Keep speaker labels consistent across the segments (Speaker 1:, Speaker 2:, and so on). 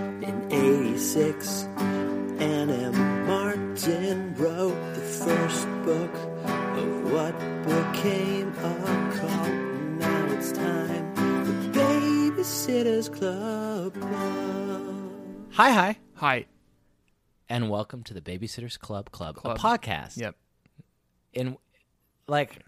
Speaker 1: In 86, N.M. Martin wrote the first book of what became a cult. Now it's time for Babysitter's Club.
Speaker 2: Hi, hi,
Speaker 3: Hi.
Speaker 2: and welcome to the Babysitters Club Club,
Speaker 3: Club.
Speaker 2: a podcast.
Speaker 3: Yep.
Speaker 2: And like,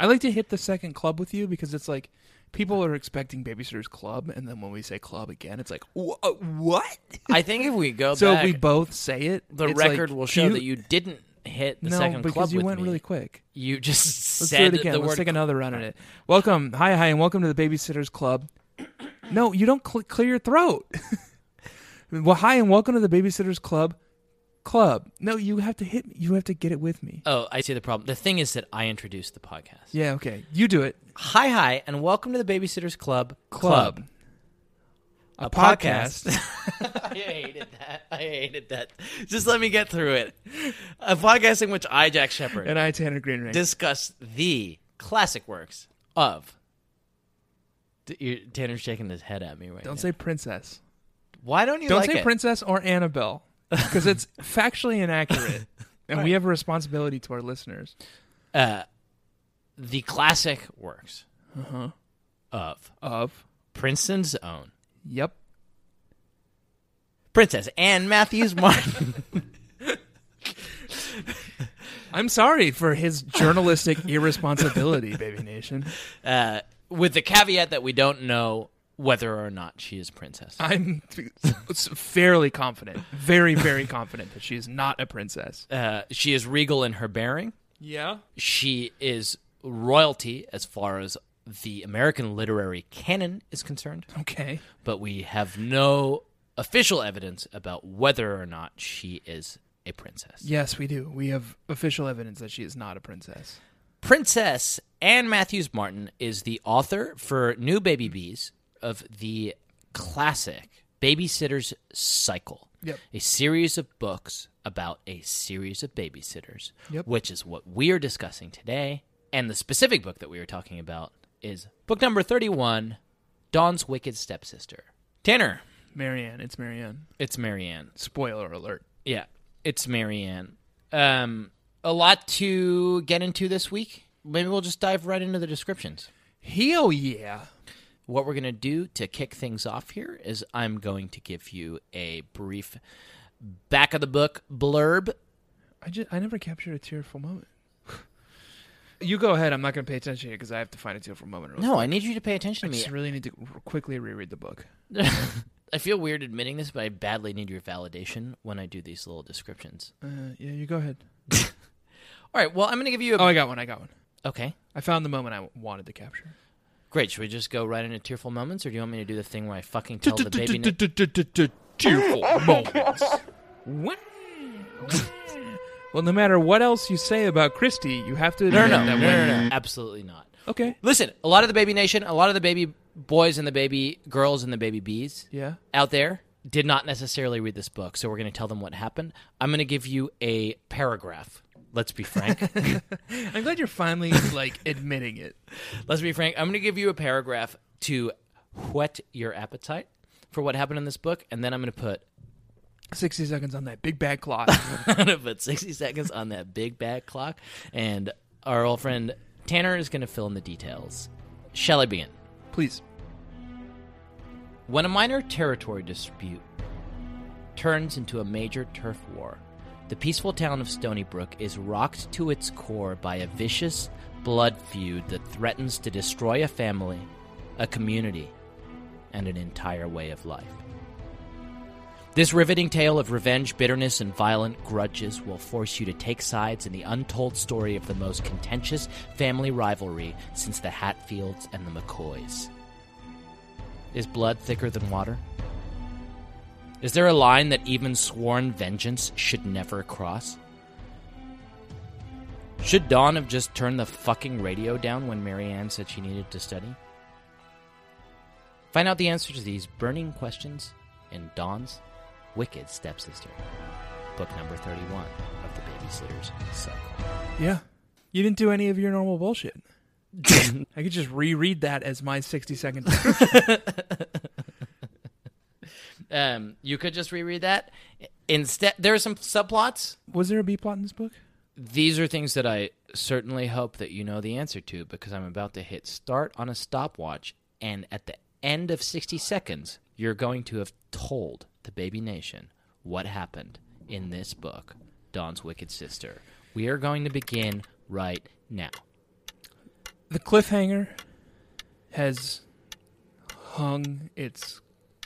Speaker 3: I like to hit the second club with you because it's like people are expecting Babysitter's Club, and then when we say club again, it's like, "Wh- uh, what?
Speaker 2: I think if we go
Speaker 3: so
Speaker 2: back,
Speaker 3: if we both say it,
Speaker 2: the
Speaker 3: it's
Speaker 2: record
Speaker 3: like,
Speaker 2: will
Speaker 3: do
Speaker 2: show that you didn't hit the
Speaker 3: no,
Speaker 2: second
Speaker 3: because
Speaker 2: club
Speaker 3: you
Speaker 2: with
Speaker 3: went
Speaker 2: me.
Speaker 3: really quick.
Speaker 2: You just
Speaker 3: Let's
Speaker 2: said
Speaker 3: do it again.
Speaker 2: the
Speaker 3: Let's
Speaker 2: word
Speaker 3: take another run at it. Welcome, hi, hi, and welcome to the Babysitters Club. No, you don't cl- clear your throat. well, hi, and welcome to the Babysitters Club. Club. No, you have to hit. You have to get it with me.
Speaker 2: Oh, I see the problem. The thing is that I introduced the podcast.
Speaker 3: Yeah. Okay. You do it.
Speaker 2: Hi, hi, and welcome to the Babysitters Club
Speaker 3: Club.
Speaker 2: a,
Speaker 3: podcast.
Speaker 2: I hated that. I hated that. Just let me get through it. A podcast in which I, Jack Shepard,
Speaker 3: And I, Tanner Greenring.
Speaker 2: discuss the classic works of. D- you- Tanner's shaking his head at me right
Speaker 3: Don't
Speaker 2: now.
Speaker 3: say princess.
Speaker 2: Why don't you
Speaker 3: Don't
Speaker 2: like
Speaker 3: say
Speaker 2: it?
Speaker 3: princess or Annabelle because it's factually inaccurate, and we have a responsibility to our listeners.
Speaker 2: uh, the classic works
Speaker 3: Uh-huh.
Speaker 2: of
Speaker 3: Of
Speaker 2: Princeton's own
Speaker 3: yep,
Speaker 2: Princess Anne Matthews Martin.
Speaker 3: I'm sorry for his journalistic irresponsibility, Baby Nation.
Speaker 2: uh, with the caveat that we don't know whether or not she is princess.
Speaker 3: I'm s- fairly confident, very, very confident that she is not a princess.
Speaker 2: Uh, she is regal in her bearing.
Speaker 3: Yeah,
Speaker 2: She is royalty as far as the American literary canon is concerned,
Speaker 3: okay.
Speaker 2: but we have no official evidence about whether or not she is a princess.
Speaker 3: Yes, we do. We have official evidence that she is not a princess.
Speaker 2: Princess Anne Matthews Martin is the author for New Baby Bees of the classic Babysitter's Cycle.
Speaker 3: Yep.
Speaker 2: A series of books about a series of babysitters,
Speaker 3: Yep.
Speaker 2: which is what we are discussing today. And the specific book that we were talking about is book number 31, Dawn's Wicked Stepsister. Tanner,
Speaker 3: Marianne, it's Marianne.
Speaker 2: it's Marianne.
Speaker 3: Spoiler alert.
Speaker 2: Yeah, it's Marianne. Um, a lot to get into this week. Maybe we'll just dive right into the descriptions.
Speaker 3: Hell yeah.
Speaker 2: What we're going to do to kick things off here is I'm going to give you a brief back of the book blurb.
Speaker 3: I just I never captured a tearful moment. you go ahead. I'm not going to pay attention to because I have to find a tearful moment. Real
Speaker 2: No, I need you to pay attention
Speaker 3: I
Speaker 2: to me.
Speaker 3: just really need to r- quickly reread the book.
Speaker 2: I feel weird admitting this, but I badly need your validation when I do these little descriptions.
Speaker 3: Uh, yeah, you go ahead.
Speaker 2: All right, well, I'm going to give you a.
Speaker 3: Oh, I got one. I got one.
Speaker 2: okay.
Speaker 3: I found the moment I w- wanted to capture.
Speaker 2: Great. Should we just go right into tearful moments, or do you want me to do the thing where I fucking tell the baby? na-
Speaker 3: Tearful moments. Wah. Well, no matter what else you say about Christy, you have to
Speaker 2: No,
Speaker 3: admit
Speaker 2: no, no,
Speaker 3: that
Speaker 2: no,
Speaker 3: when-
Speaker 2: no, no. Absolutely not.
Speaker 3: Okay.
Speaker 2: Listen, a lot of the baby nation, a lot of the baby boys and the baby girls and the baby bees
Speaker 3: Yeah.
Speaker 2: out there did not necessarily read this book, so we're going to tell them what happened. I'm going to give you a paragraph. Let's be frank.
Speaker 3: I'm glad you're finally like admitting it.
Speaker 2: Let's be frank. I'm going to give you a paragraph to whet your appetite for what happened in this book, and then I'm going to put
Speaker 3: 60 seconds on that big bad clock.
Speaker 2: I'm going to put 60 seconds on that big bad clock, and our old friend Tanner is going to fill in the details. Shall I begin?
Speaker 3: Please.
Speaker 2: When a minor territory dispute turns into a major turf war, the peaceful town of Stony Brook is rocked to its core by a vicious blood feud that threatens to destroy a family, a community, and an entire way of life. This riveting tale of revenge, bitterness, and violent grudges will force you to take sides in the untold story of the most contentious family rivalry since the Hatfields and the McCoys. Is blood thicker than water? Is there a line that even sworn vengeance should never cross? Should Dawn have just turned the fucking radio down when Marianne said she needed to study? Find out the answer to these burning questions in Dawn's Wicked Stepsister, book number 31 of the Babysitter's Cycle.
Speaker 3: Yeah. You didn't do any of your normal bullshit. I could just reread that as my 60 second.
Speaker 2: Um, you could just reread that. Instead, there are some subplots.
Speaker 3: Was there a B plot in this book?
Speaker 2: These are things that I certainly hope that you know the answer to because I'm about to hit start on a stopwatch, and at the end of 60 seconds, you're going to have told the baby nation what happened in this book, Dawn's Wicked Sister. We are going to begin right now.
Speaker 3: The cliffhanger has hung its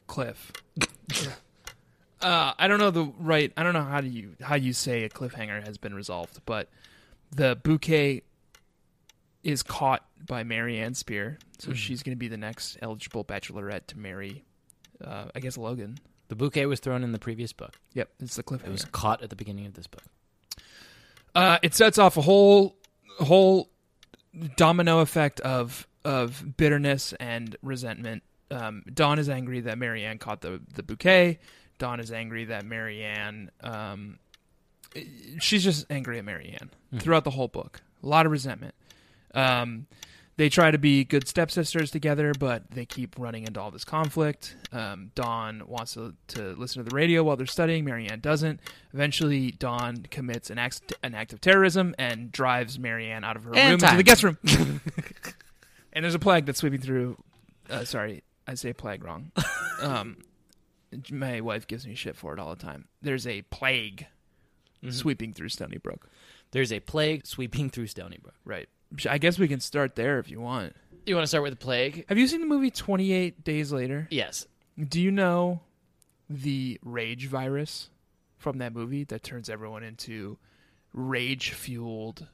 Speaker 3: cliff. uh, I don't know the right. I don't know how do you how you say a cliffhanger has been resolved, but the bouquet is caught by Marianne Spear, so she's going to be the next eligible bachelorette to marry. Uh, I guess Logan.
Speaker 2: The bouquet was thrown in the previous book.
Speaker 3: Yep, it's the cliffhanger.
Speaker 2: It was caught at the beginning of this book.
Speaker 3: Uh, it sets off a whole whole domino effect of of bitterness and resentment. Um, Don is angry that Marianne caught the the bouquet. Don is angry that Marianne. Um, she's just angry at Marianne throughout the whole book. A lot of resentment. Um, they try to be good stepsisters together, but they keep running into all this conflict. Um, Dawn wants to, to listen to the radio while they're studying. Marianne doesn't. Eventually, Dawn commits an act, an act of terrorism and drives Marianne out of her
Speaker 2: And
Speaker 3: room
Speaker 2: time.
Speaker 3: into the guest room. and there's a plague that's sweeping through. Uh, sorry, I say plague wrong. Um, my wife gives me shit for it all the time. There's a plague sweeping through Stony Brook.
Speaker 2: There's a plague sweeping through Stony Brook.
Speaker 3: Right. I guess we can start there if you want.
Speaker 2: You want to start with the plague?
Speaker 3: Have you seen the movie 28 Days Later?
Speaker 2: Yes.
Speaker 3: Do you know the rage virus from that movie that turns everyone into rage fueled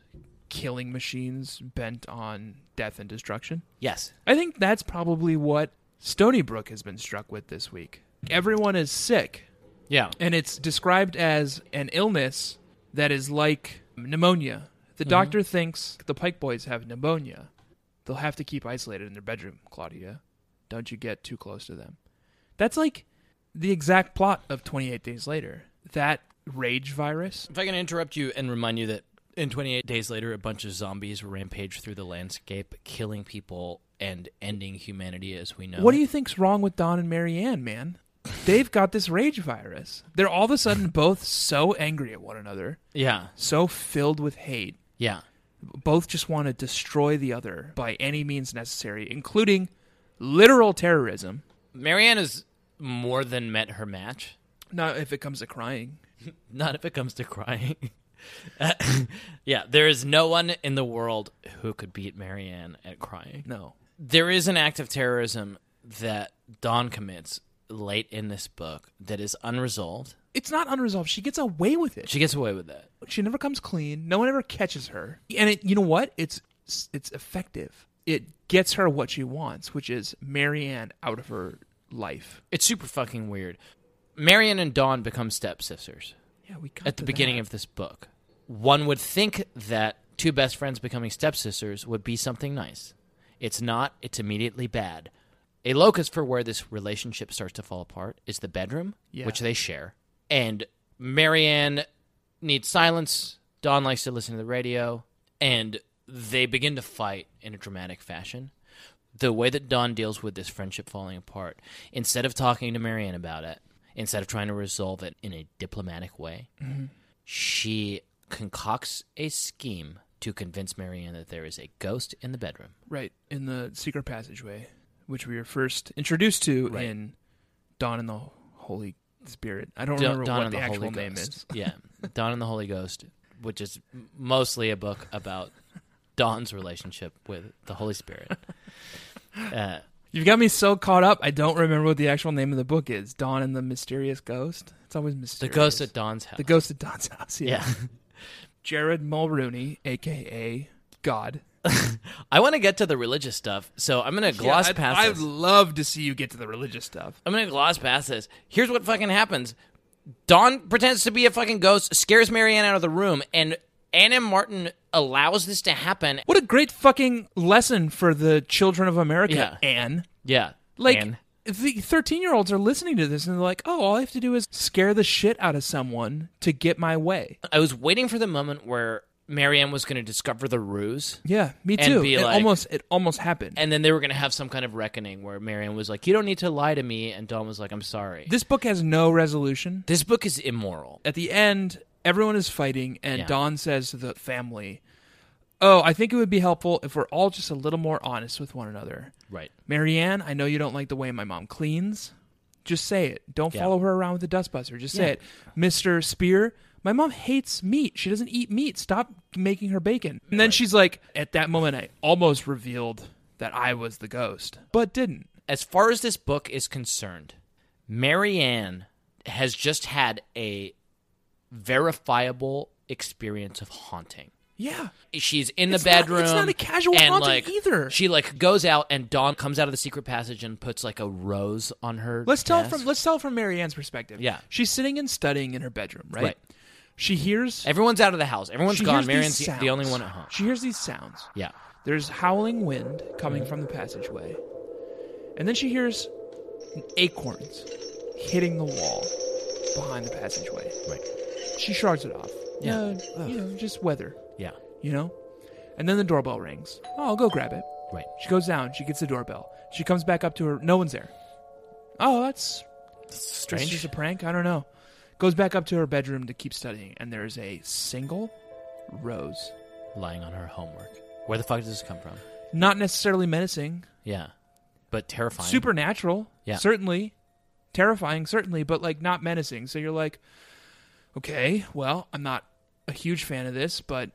Speaker 3: killing machines bent on death and destruction?
Speaker 2: Yes.
Speaker 3: I think that's probably what Stony Brook has been struck with this week. Everyone is sick,
Speaker 2: Yeah.
Speaker 3: and it's described as an illness that is like pneumonia. The doctor thinks the Pike boys have pneumonia. They'll have to keep isolated in their bedroom, Claudia. Don't you get too close to them. That's like the exact plot of 28 Days Later. That rage virus.
Speaker 2: If I can interrupt you and remind you that in 28 days later, a bunch of zombies rampage through the landscape, killing people and ending humanity as we know.
Speaker 3: What do you think's wrong with Don and Marianne, man? They've got this rage virus. They're all of a sudden both so angry at one another,
Speaker 2: Yeah,
Speaker 3: so filled with hate,
Speaker 2: yeah,
Speaker 3: both just want to destroy the other by any means necessary, including literal terrorism.
Speaker 2: Marianne has more than met her match.
Speaker 3: Not if it comes to crying.
Speaker 2: Not if it comes to crying. Uh, yeah, there is no one in the world who could beat Marianne at crying.
Speaker 3: No.
Speaker 2: There is an act of terrorism that Dawn commits late in this book that is unresolved.
Speaker 3: It's not unresolved. She gets away with it. She,
Speaker 2: She gets away with that.
Speaker 3: she never comes clean. No one ever catches her. And it, you know what? It's it's effective. It gets her what she wants, which is Marianne out of her life.
Speaker 2: It's super fucking weird. Marion and Dawn become stepsisters
Speaker 3: Yeah, we got
Speaker 2: at the beginning of this book. One would think that two best friends becoming stepsisters would be something nice. It's not, it's immediately bad. A locus for where this relationship starts to fall apart is the bedroom,
Speaker 3: Yeah.
Speaker 2: which they share. And Marianne needs silence. Dawn likes to listen to the radio. And they begin to fight in a dramatic fashion the way that Don deals with this friendship falling apart, instead of talking to Marianne about it, instead of trying to resolve it in a diplomatic way, she concocts a scheme to convince Marianne that there is a ghost in the bedroom.
Speaker 3: Right, in the secret passageway, which we were first introduced to
Speaker 2: Right.
Speaker 3: in Dawn and the Holy Spirit. I don't
Speaker 2: Don-
Speaker 3: remember
Speaker 2: Don
Speaker 3: what
Speaker 2: and
Speaker 3: the,
Speaker 2: the
Speaker 3: actual
Speaker 2: Holy
Speaker 3: name
Speaker 2: Ghost.
Speaker 3: is.
Speaker 2: yeah, Don and the Holy Ghost, which is m- mostly a book about Don's relationship with the Holy Spirit. Uh,
Speaker 3: You've got me so caught up. I don't remember what the actual name of the book is. Dawn and the Mysterious Ghost. It's always
Speaker 2: the
Speaker 3: mysterious.
Speaker 2: ghost at Don's house.
Speaker 3: the ghost at Don's house. Yeah.
Speaker 2: Yeah.
Speaker 3: Jared Mulrooney, aka God,
Speaker 2: I want to get to the religious stuff, so I'm gonna gloss
Speaker 3: Yeah, I'd-
Speaker 2: past.
Speaker 3: I'd
Speaker 2: this.
Speaker 3: love to see you get to the religious stuff.
Speaker 2: I'm gonna gloss past this. Here's what fucking happens. Dawn pretends to be a fucking ghost, scares Marianne out of the room, and Anna Martin allows this to happen.
Speaker 3: What a great fucking lesson for the children of America,
Speaker 2: Yeah.
Speaker 3: Anne.
Speaker 2: Yeah.
Speaker 3: Like
Speaker 2: Anne.
Speaker 3: the 13-year-olds are listening to this and they're like, "Oh, all I have to do is scare the shit out of someone to get my way."
Speaker 2: I was waiting for the moment where Marianne was gonna discover the ruse.
Speaker 3: Yeah, me
Speaker 2: And
Speaker 3: too.
Speaker 2: be
Speaker 3: it
Speaker 2: like-
Speaker 3: almost it almost happened.
Speaker 2: And then they were going to have some kind of reckoning where Marianne was like, You don't need to lie to me. And Dawn was like, I'm sorry.
Speaker 3: this book has no resolution.
Speaker 2: this book is immoral.
Speaker 3: At the end, everyone is fighting and
Speaker 2: Yeah.
Speaker 3: Don says to the family, "Oh, I think it would be helpful if we're all just a little more honest with one another."
Speaker 2: Right.
Speaker 3: Marianne, I know you don't like the way my mom cleans. Just say it. Don't
Speaker 2: Yeah.
Speaker 3: follow her around with a dustbuster. Just
Speaker 2: Yeah.
Speaker 3: say it. Mr. Spear, my mom hates meat. She doesn't eat meat. Stop making her bacon. And then she's like, at that moment, I almost revealed that I was the ghost, but didn't.
Speaker 2: As far as this book is concerned, Marianne has just had a verifiable experience of haunting.
Speaker 3: Yeah.
Speaker 2: She's in the
Speaker 3: It's not-
Speaker 2: bedroom.
Speaker 3: it's not a casual
Speaker 2: and,
Speaker 3: haunting
Speaker 2: like,
Speaker 3: either.
Speaker 2: She like goes out and Dawn comes out of the secret passage and puts like a rose on her.
Speaker 3: Let's tell it
Speaker 2: desk.
Speaker 3: from let's tell it from Marianne's perspective.
Speaker 2: Yeah.
Speaker 3: She's sitting and studying in her bedroom, right?
Speaker 2: Right.
Speaker 3: She hears
Speaker 2: Everyone's out of the house. Everyone's
Speaker 3: she hears
Speaker 2: gone.
Speaker 3: these
Speaker 2: Marianne's the- the only
Speaker 3: sounds.
Speaker 2: one at home.
Speaker 3: She hears these sounds.
Speaker 2: yeah.
Speaker 3: There's howling wind coming from the passageway. And then she hears acorns hitting the wall behind the passageway.
Speaker 2: Right.
Speaker 3: She shrugs it off.
Speaker 2: Yeah.
Speaker 3: Uh, you know, just weather,
Speaker 2: Yeah.
Speaker 3: you know? And then the doorbell rings. Oh, I'll go grab it.
Speaker 2: Right.
Speaker 3: She goes down. She gets the doorbell. She comes back up to her. No one's there. Oh, that's strange. Just a prank. I don't know. Goes back up to her bedroom to keep studying, and there's a single rose.
Speaker 2: Lying on her homework. Where the fuck does this come from?
Speaker 3: Not necessarily menacing,
Speaker 2: Yeah. But terrifying.
Speaker 3: supernatural.
Speaker 2: Yeah.
Speaker 3: certainly terrifying. Certainly, but like not menacing. So you're like, okay, well, I'm not a huge fan of this, but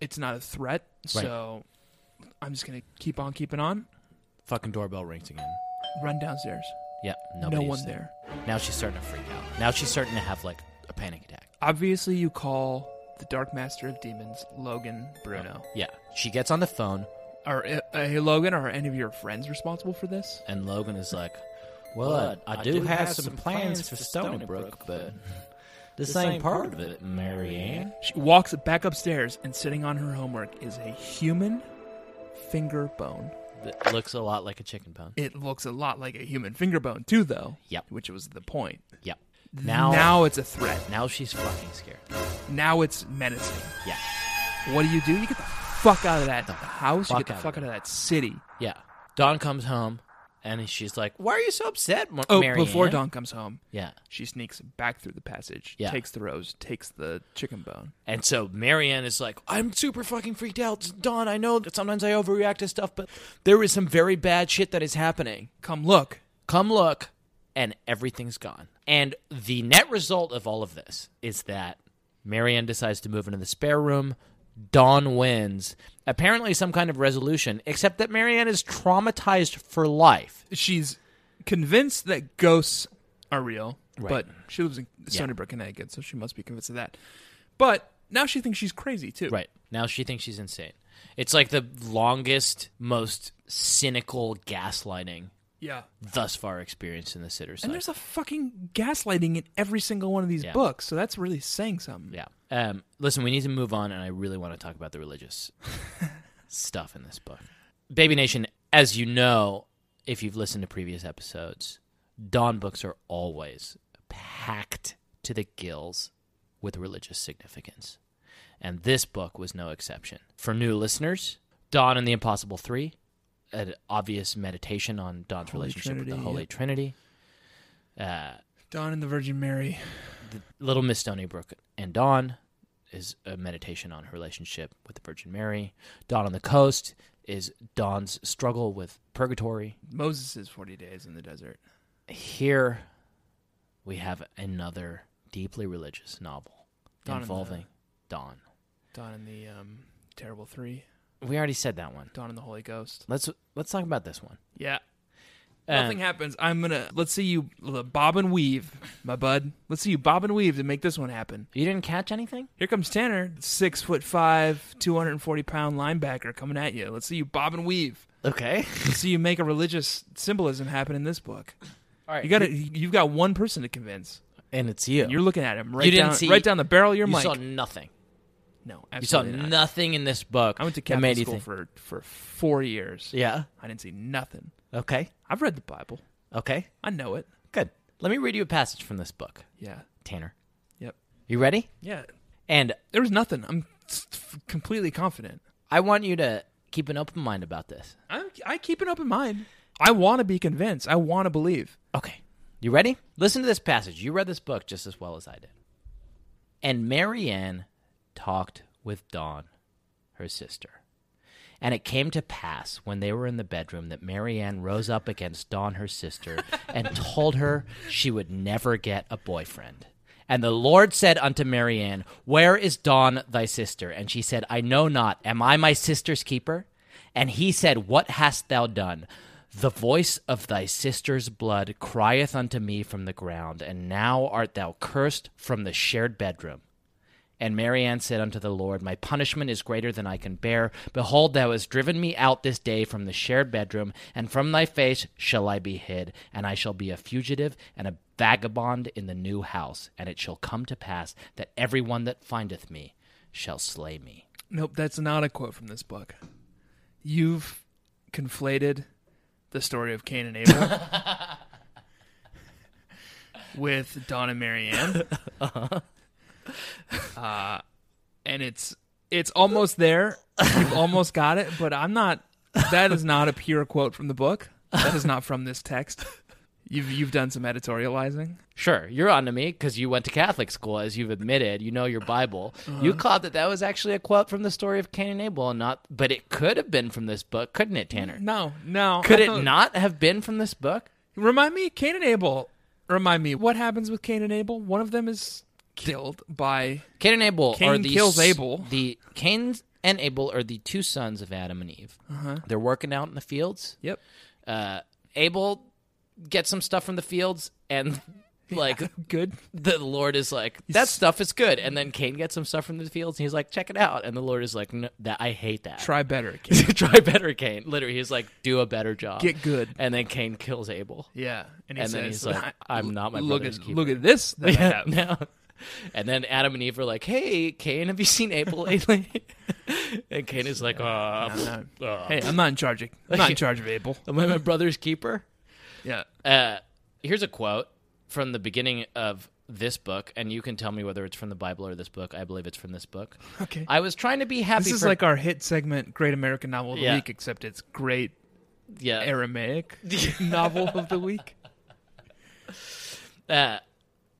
Speaker 3: it's not a threat. So I'm just gonna keep on keeping on.
Speaker 2: Fucking doorbell rings again.
Speaker 3: Run downstairs.
Speaker 2: Yeah. Nobody's
Speaker 3: no one
Speaker 2: there.
Speaker 3: there.
Speaker 2: Now she's starting to freak out. Now she's starting to have like a panic attack.
Speaker 3: Obviously, you call the Dark Master of Demons, Logan Bruno.
Speaker 2: Yeah. She gets on the phone
Speaker 3: Are uh, hey Logan? Are any of your friends responsible for this?
Speaker 2: and Logan is like, "Well, I, I do, have, some plans for Stony Brook, but this ain't part of it, Marianne."
Speaker 3: She walks back upstairs, and sitting on her homework is a human finger bone.
Speaker 2: That looks a lot like a chicken bone.
Speaker 3: It looks a lot like a human finger bone too, though.
Speaker 2: Yep.
Speaker 3: Which was the point.
Speaker 2: Yep. Now, now,
Speaker 3: now it's a threat.
Speaker 2: now she's fucking scared.
Speaker 3: Now it's menacing.
Speaker 2: Yeah,
Speaker 3: What do you do? You get the fuck out of that house. You get
Speaker 2: fuck
Speaker 3: the
Speaker 2: out of
Speaker 3: fuck out
Speaker 2: it.
Speaker 3: of that city.
Speaker 2: yeah. Dawn comes home, and she's like, "Why are you so upset, Mar-
Speaker 3: Oh,
Speaker 2: Marianne?"
Speaker 3: before Dawn comes home,
Speaker 2: Yeah,
Speaker 3: she sneaks back through the passage,
Speaker 2: Yeah.
Speaker 3: takes the rose, takes the chicken bone.
Speaker 2: and so Marianne is like, "I'm super fucking freaked out, Dawn. I know that sometimes I overreact to stuff, but there is some very bad shit that is happening."
Speaker 3: Come look.
Speaker 2: come look and everything's gone and the net result of all of this is that marianne decides to move into the spare room dawn wins apparently some kind of resolution except that marianne is traumatized for life
Speaker 3: she's convinced that ghosts are real,
Speaker 2: Right.
Speaker 3: but she lives in Stony Brook, Connecticut, so she must be convinced of that. But now she thinks she's crazy too.
Speaker 2: right now she thinks she's insane it's like the longest most cynical gaslighting
Speaker 3: Yeah.
Speaker 2: thus far experienced in the sitter's
Speaker 3: And
Speaker 2: Life.
Speaker 3: there's a fucking gaslighting in every single one of these
Speaker 2: Yeah.
Speaker 3: books, so that's really saying something.
Speaker 2: yeah um, listen we need to move on and i really want to talk about the religious stuff in this book baby nation as you know if you've listened to previous episodes dawn books are always packed to the gills with religious significance and this book was no exception for new listeners dawn and the impossible three an obvious meditation on dawn's
Speaker 3: Holy
Speaker 2: relationship with
Speaker 3: Trinity,
Speaker 2: the holy
Speaker 3: yep.
Speaker 2: trinity uh,
Speaker 3: Dawn and the Virgin Mary.
Speaker 2: Little Miss Stony Brook and Dawn is a meditation on her relationship with the Virgin Mary. Dawn on the Coast is Dawn's struggle with purgatory.
Speaker 3: Moses' 40 days in the desert.
Speaker 2: Here we have another deeply religious novel
Speaker 3: Dawn and the-
Speaker 2: involving Dawn.
Speaker 3: Dawn and the um, Terrible Three.
Speaker 2: We already said that one.
Speaker 3: Dawn and the Holy Ghost.
Speaker 2: Let's let's talk about this one. Um,
Speaker 3: Yeah. Nothing
Speaker 2: Uh,
Speaker 3: happens. I'm gonna let's see you l- bob and weave, my bud. Let's see you bob and weave to make this one happen.
Speaker 2: You didn't catch anything?
Speaker 3: Here comes Tanner, six foot five, two hundred and forty pound linebacker coming at you. Let's see you bob and weave.
Speaker 2: Okay.
Speaker 3: Let's see you make a religious symbolism happen in this book.
Speaker 2: All right.
Speaker 3: You got to You've got one person to convince.
Speaker 2: and it's you.
Speaker 3: You're looking at him right
Speaker 2: You didn't
Speaker 3: down,
Speaker 2: see-
Speaker 3: right down the barrel of your
Speaker 2: you
Speaker 3: mic.
Speaker 2: saw nothing.
Speaker 3: no,
Speaker 2: You saw
Speaker 3: absolutely not.
Speaker 2: nothing in this book.
Speaker 3: I went to
Speaker 2: that
Speaker 3: Catholic
Speaker 2: made you
Speaker 3: school
Speaker 2: think-
Speaker 3: for for four years.
Speaker 2: Yeah.
Speaker 3: I didn't see nothing.
Speaker 2: Okay.
Speaker 3: I've read the Bible.
Speaker 2: Okay.
Speaker 3: I know it.
Speaker 2: Good. Let me read you a passage from this book,
Speaker 3: Yeah.
Speaker 2: Tanner.
Speaker 3: Yep.
Speaker 2: You ready?
Speaker 3: Yeah.
Speaker 2: And
Speaker 3: There was nothing. I'm s- f- completely confident.
Speaker 2: I want you to keep an open mind about this.
Speaker 3: I'm, I keep an open mind. I want to be convinced. I want to believe.
Speaker 2: Okay. You ready? Listen to this passage. You read this book just as well as I did. And Marianne talked with Dawn, her sister. And it came to pass when they were in the bedroom that Marianne rose up against Dawn, her sister, and told her she would never get a boyfriend. And the Lord said unto Marianne, Where is Dawn thy sister? And she said, I know not. Am I my sister's keeper? And he said, What hast thou done? The voice of thy sister's blood crieth unto me from the ground, and now art thou cursed from the shared bedroom. And Marianne said unto the Lord, My punishment is greater than I can bear. Behold, thou hast driven me out this day from the shared bedroom, and from thy face shall I be hid, and I shall be a fugitive and a vagabond in the new house. And it shall come to pass that every one that findeth me shall slay me.
Speaker 3: Nope, that's not a quote from this book. You've conflated the story of Cain and Abel with Don and Marianne. uh and it's it's almost there. You've almost got it, but I'm not. That is not a pure quote from the book. That is not from this text. You've you've done some editorializing.
Speaker 2: Sure, you're onto me because you went to Catholic school, as you've admitted. You know your Bible. You caught that that was actually a quote from the story of Cain and Abel, and not, but it could have been from this book, couldn't it, Tanner?
Speaker 3: No, no.
Speaker 2: Could
Speaker 3: I
Speaker 2: it
Speaker 3: don't-
Speaker 2: not have been from this book?
Speaker 3: Remind me, Cain and Abel. Remind me, what happens with Cain and Abel? One of them is killed by.
Speaker 2: Cain and Abel
Speaker 3: Cain
Speaker 2: are the
Speaker 3: kills
Speaker 2: s-
Speaker 3: Abel.
Speaker 2: The Cain and Abel are the two sons of Adam and Eve. They're working out in the fields.
Speaker 3: Uh-huh. Yep.
Speaker 2: Uh, Abel gets some stuff from the fields, and like
Speaker 3: Good.
Speaker 2: the Lord is like, that stuff is good. And then Cain gets some stuff from the fields, and he's like, check it out. And the Lord is like, no, that I hate that.
Speaker 3: Try better. Cain.
Speaker 2: Try better, Cain. Literally, he's like, do a better job.
Speaker 3: Get good.
Speaker 2: And then Cain kills Abel.
Speaker 3: Yeah. he
Speaker 2: And then he's like, I'm not my
Speaker 3: look
Speaker 2: brother's
Speaker 3: at
Speaker 2: keeper.
Speaker 3: look at this. That I
Speaker 2: Yeah,
Speaker 3: have.
Speaker 2: no. And then Adam and Eve are like, "Hey, Cain, have you seen Abel lately?" and Cain is like, "Uh,
Speaker 3: No. Hey, I'm not in charge. Of, I'm not in charge of Abel.
Speaker 2: am I my brother's keeper?"
Speaker 3: Yeah.
Speaker 2: Uh, here's a quote from the beginning of this book, and you can tell me whether it's from the Bible or this book. I believe it's from this book.
Speaker 3: Okay.
Speaker 2: I was trying to be happy.
Speaker 3: This is
Speaker 2: for-
Speaker 3: like our hit segment, Great American Novel of the
Speaker 2: Yeah.
Speaker 3: Week, except it's Great
Speaker 2: yeah.
Speaker 3: Aramaic Novel of the Week.
Speaker 2: Uh,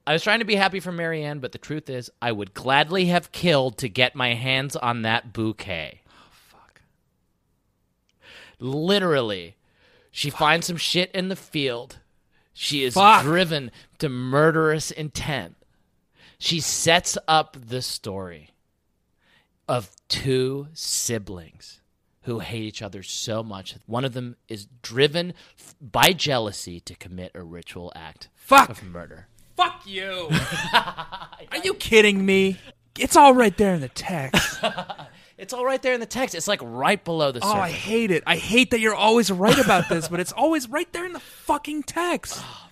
Speaker 2: I was trying to be happy for Marianne, but the truth is, I would gladly have killed to get my hands on that bouquet. Oh, fuck. Literally, she finds some shit in the field. She is
Speaker 3: Fuck.
Speaker 2: driven to murderous intent. She sets up the story of two siblings who hate each other so much. One of them is driven f- by jealousy to commit a ritual act
Speaker 3: Fuck.
Speaker 2: of murder.
Speaker 3: Fuck you. Are you kidding me? It's all right there in the text.
Speaker 2: It's all right there in the text. It's like right below the
Speaker 3: Oh, I
Speaker 2: surface.
Speaker 3: hate it. I hate that you're always right about this, but it's always right there in the fucking text.
Speaker 2: Oh,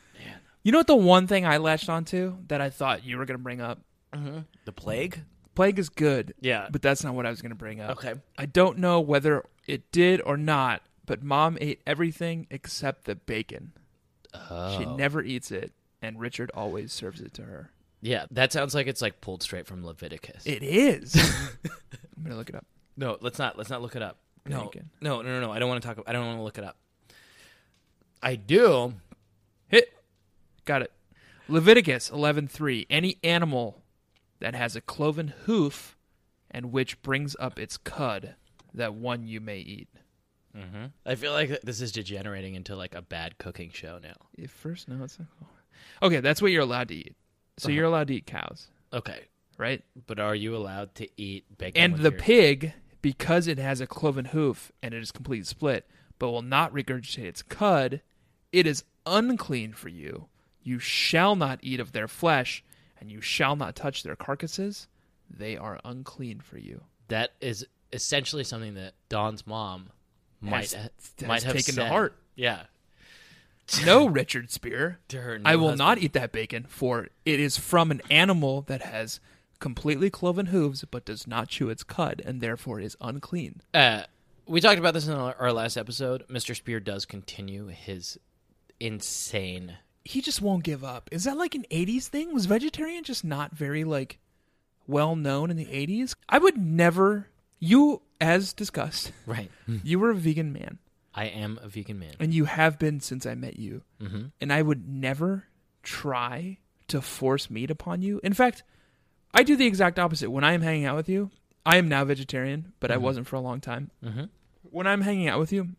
Speaker 3: You know what the one thing I latched onto that I thought you were going to bring up?
Speaker 2: the plague?
Speaker 3: Plague is good.
Speaker 2: Yeah.
Speaker 3: But that's not what I was going to bring up.
Speaker 2: Okay.
Speaker 3: I don't know whether it did or not, but mom ate everything except the bacon. She
Speaker 2: Oh.
Speaker 3: never eats it, and Richard always serves it to her.
Speaker 2: Yeah, that sounds like it's like pulled straight from Leviticus.
Speaker 3: It is. I'm going to look it up.
Speaker 2: no, let's not. Let's not look it up. No,
Speaker 3: Bacon.
Speaker 2: no, no, no, no. I don't want to talk. I don't want to look it up. I do.
Speaker 3: Hit. Got it. Leviticus 11:3 Any animal that has a cloven hoof and which brings up its cud that one you may eat.
Speaker 2: I feel like this is degenerating into like a bad cooking show now.
Speaker 3: If first no it's Okay, that's what you're allowed to eat. So you're allowed to eat cows,
Speaker 2: Okay,
Speaker 3: right?
Speaker 2: but are you allowed to eat bacon?
Speaker 3: And
Speaker 2: with
Speaker 3: the
Speaker 2: your-
Speaker 3: pig because it has a cloven hoof and it is completely split but will not regurgitate its cud It is unclean for you. You shall not eat of their flesh, and you shall not touch their carcasses. They are unclean for you.
Speaker 4: That is essentially something that Don's mom might
Speaker 3: Has-
Speaker 4: ha-
Speaker 3: has
Speaker 4: might have
Speaker 3: taken to
Speaker 4: said.
Speaker 3: heart.
Speaker 4: Yeah,
Speaker 3: No, Richard Spear.
Speaker 4: To her
Speaker 3: I
Speaker 4: new
Speaker 3: will not
Speaker 4: husband.
Speaker 3: eat that bacon, for it is from an animal that has completely cloven hooves, but does not chew its cud, and therefore is unclean.
Speaker 4: uh, we talked about this in our our last episode. Mr. Spear does continue his insane.
Speaker 3: He just won't give up. Is that like an 80s thing? Was vegetarian just not very, like, well known in the 80s? I would never. You, as discussed,
Speaker 4: Right,
Speaker 3: you were a vegan man,
Speaker 4: I am a vegan man.
Speaker 3: and you have been since I met you. Mm-hmm. And I would never try to force meat upon you. In fact, I do the exact opposite. When I am hanging out with you, I am now vegetarian, but I wasn't for a long time. Mm-hmm. When I'm hanging out with you,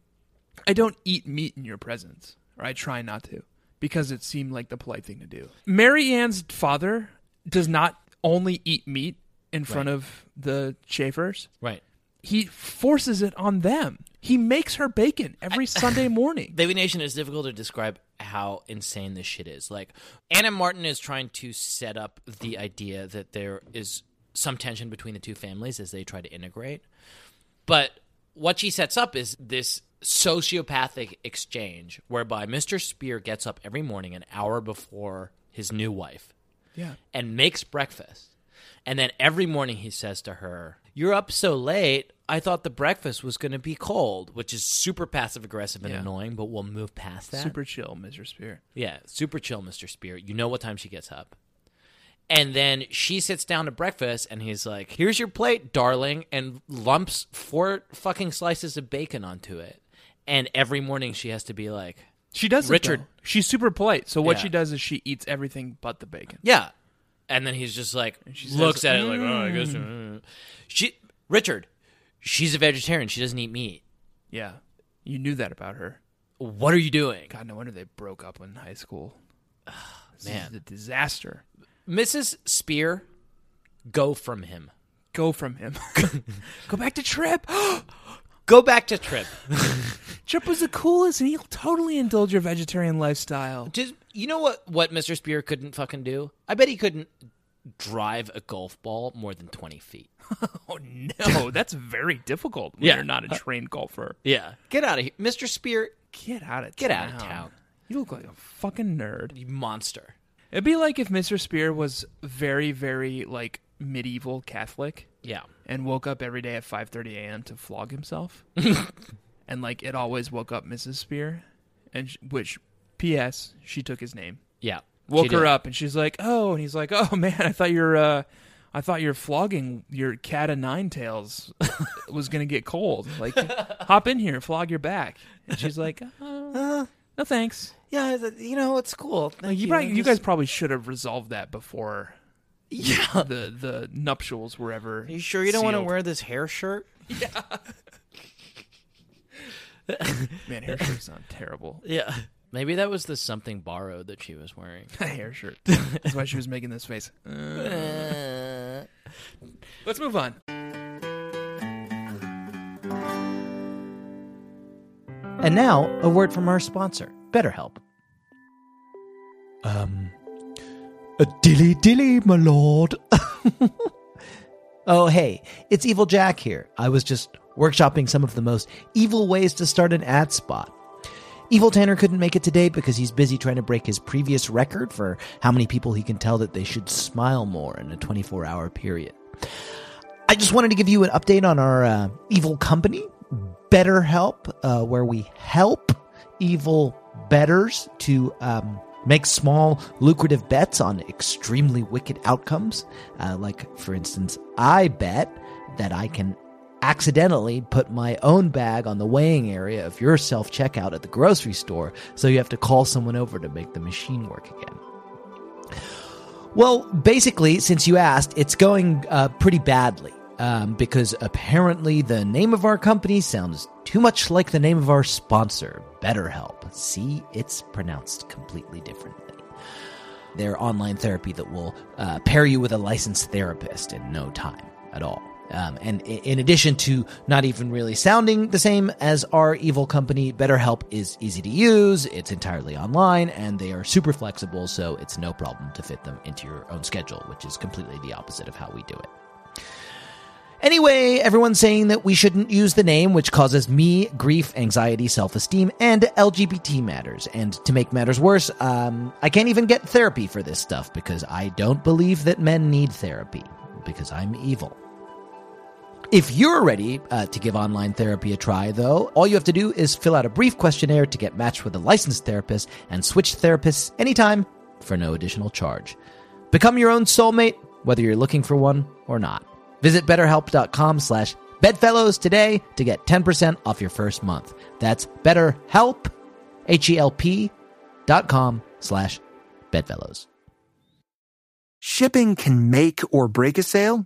Speaker 3: I don't eat meat in your presence, or I try not to, because it seemed like the polite thing to do. Mary Ann's father does not only eat meat in front of the Schaefers
Speaker 4: Right,
Speaker 3: he forces it on them. He makes her bacon every Sunday morning.
Speaker 4: Baby Nation is difficult to describe how insane this shit is. Like Anna Martin is trying to set up the idea that there is some tension between the two families as they try to integrate. But what she sets up is this sociopathic exchange whereby Mr. Spear gets up every morning an hour before his new wife
Speaker 3: Yeah.
Speaker 4: and makes breakfast. And then every morning he says to her, You're up so late. I thought the breakfast was going to be cold, which is super passive aggressive and
Speaker 3: Yeah.
Speaker 4: annoying, but we'll move past that.
Speaker 3: Super chill, Mr. Spear.
Speaker 4: Yeah, super chill, Mr. Spear. You know what time she gets up. And then she sits down to breakfast and he's like, Here's your plate, darling, and lumps four fucking slices of bacon onto it. And every morning she has to be like,
Speaker 3: She does it,
Speaker 4: Richard-
Speaker 3: though. She's super polite. So what
Speaker 4: Yeah.
Speaker 3: she does is she eats everything but the bacon.
Speaker 4: Yeah. And then he's just like
Speaker 3: she
Speaker 4: looks
Speaker 3: says, "Mm."
Speaker 4: at it like, oh, I guess uh." she Richard, she's a vegetarian. She doesn't eat meat.
Speaker 3: Yeah. You knew that about her.
Speaker 4: What are you doing?
Speaker 3: God, no wonder they broke up in high school. This
Speaker 4: man.
Speaker 3: is a disaster.
Speaker 4: Mrs. Spear, go from him.
Speaker 3: Go from him. Go back to Trip.
Speaker 4: Go back to Trip.
Speaker 3: Trip was the coolest, and he'll totally indulge your vegetarian lifestyle.
Speaker 4: Just you know what what Mr. Spear couldn't fucking do? I bet he couldn't drive a golf ball more than twenty feet.
Speaker 3: Oh no, that's very difficult when
Speaker 4: Yeah.
Speaker 3: you're not a trained golfer.
Speaker 4: Yeah. Get out of here. Mr. Spear,
Speaker 3: Get out of
Speaker 4: Get outta town.
Speaker 3: You look like a fucking nerd.
Speaker 4: you monster.
Speaker 3: It'd be like if Mr. Spear was very, very like medieval Catholic
Speaker 4: Yeah.
Speaker 3: and woke up every day at 5:30 a.m. to flog himself, and like it always woke up Mrs. Spear, and sh which, P.S. She took his name,
Speaker 4: Yeah.
Speaker 3: woke
Speaker 4: She
Speaker 3: her
Speaker 4: did.
Speaker 3: up, and she's like, oh, and he's like, oh man, I thought your, uh, I thought your flogging your cat of nine tails was gonna get cold. Like, hop in here, flog your back, and she's like, uh, no thanks.
Speaker 4: Yeah, you know, it's cool.
Speaker 3: Like, you, probably, you guys probably should have resolved that before
Speaker 4: Yeah.
Speaker 3: the the nuptials were ever.
Speaker 4: Are you sure you don't want to
Speaker 3: sealed.
Speaker 4: wear this hair shirt?
Speaker 3: man hair shirts sound terrible.
Speaker 4: Yeah. Maybe that was the something borrowed that she was wearing.
Speaker 3: hair shirt. That's why she was making this face. Uh. Let's move on.
Speaker 4: And now, a word from our sponsor, BetterHelp.
Speaker 2: Um, a dilly dilly, my lord. oh, hey, it's Evil Jack here. I was just workshopping some of the most evil ways to start an ad spot. Evil Tanner couldn't make it today because he's busy trying to break his previous record for how many people he can tell that they should smile more in a 24 hour period. I just wanted to give you an update on our uh, evil company, BetterHelp, uh, where we help evil betters to um, make small, lucrative bets on extremely wicked outcomes. Uh, like, for instance, I bet that I can accidentally put my own bag on the weighing area of your self checkout at the grocery store, so you have to call someone over to make the machine work again. Well, basically, since you asked, it's going uh, pretty badly um, because apparently the name of our company sounds too much like the name of our sponsor, BetterHelp. See, it's pronounced completely differently. Their online therapy that will uh, pair you with a licensed therapist in no time at all. Um, and i- in addition to not even really sounding the same as our evil company, BetterHelp is easy to use, it's entirely online, and they are super flexible, so it's no problem to fit them into your own schedule, which is completely the opposite of how we do it. Anyway, everyone's saying that we shouldn't use the name, which causes me grief, anxiety, self esteem, and LGBT matters. And to make matters worse, um, I can't even get therapy for this stuff because I don't believe that men need therapy because I'm evil. If you're ready uh, to give online therapy a try, though, all you have to do is fill out a brief questionnaire to get matched with a licensed therapist and switch therapists anytime for no additional charge. Become your own soulmate, whether you're looking for one or not. Visit betterhelp.com slash bedfellows today to get 10% off your first month. That's betterhelp, H-E-L-P dot com slash bedfellows.
Speaker 5: Shipping can make or break a sale,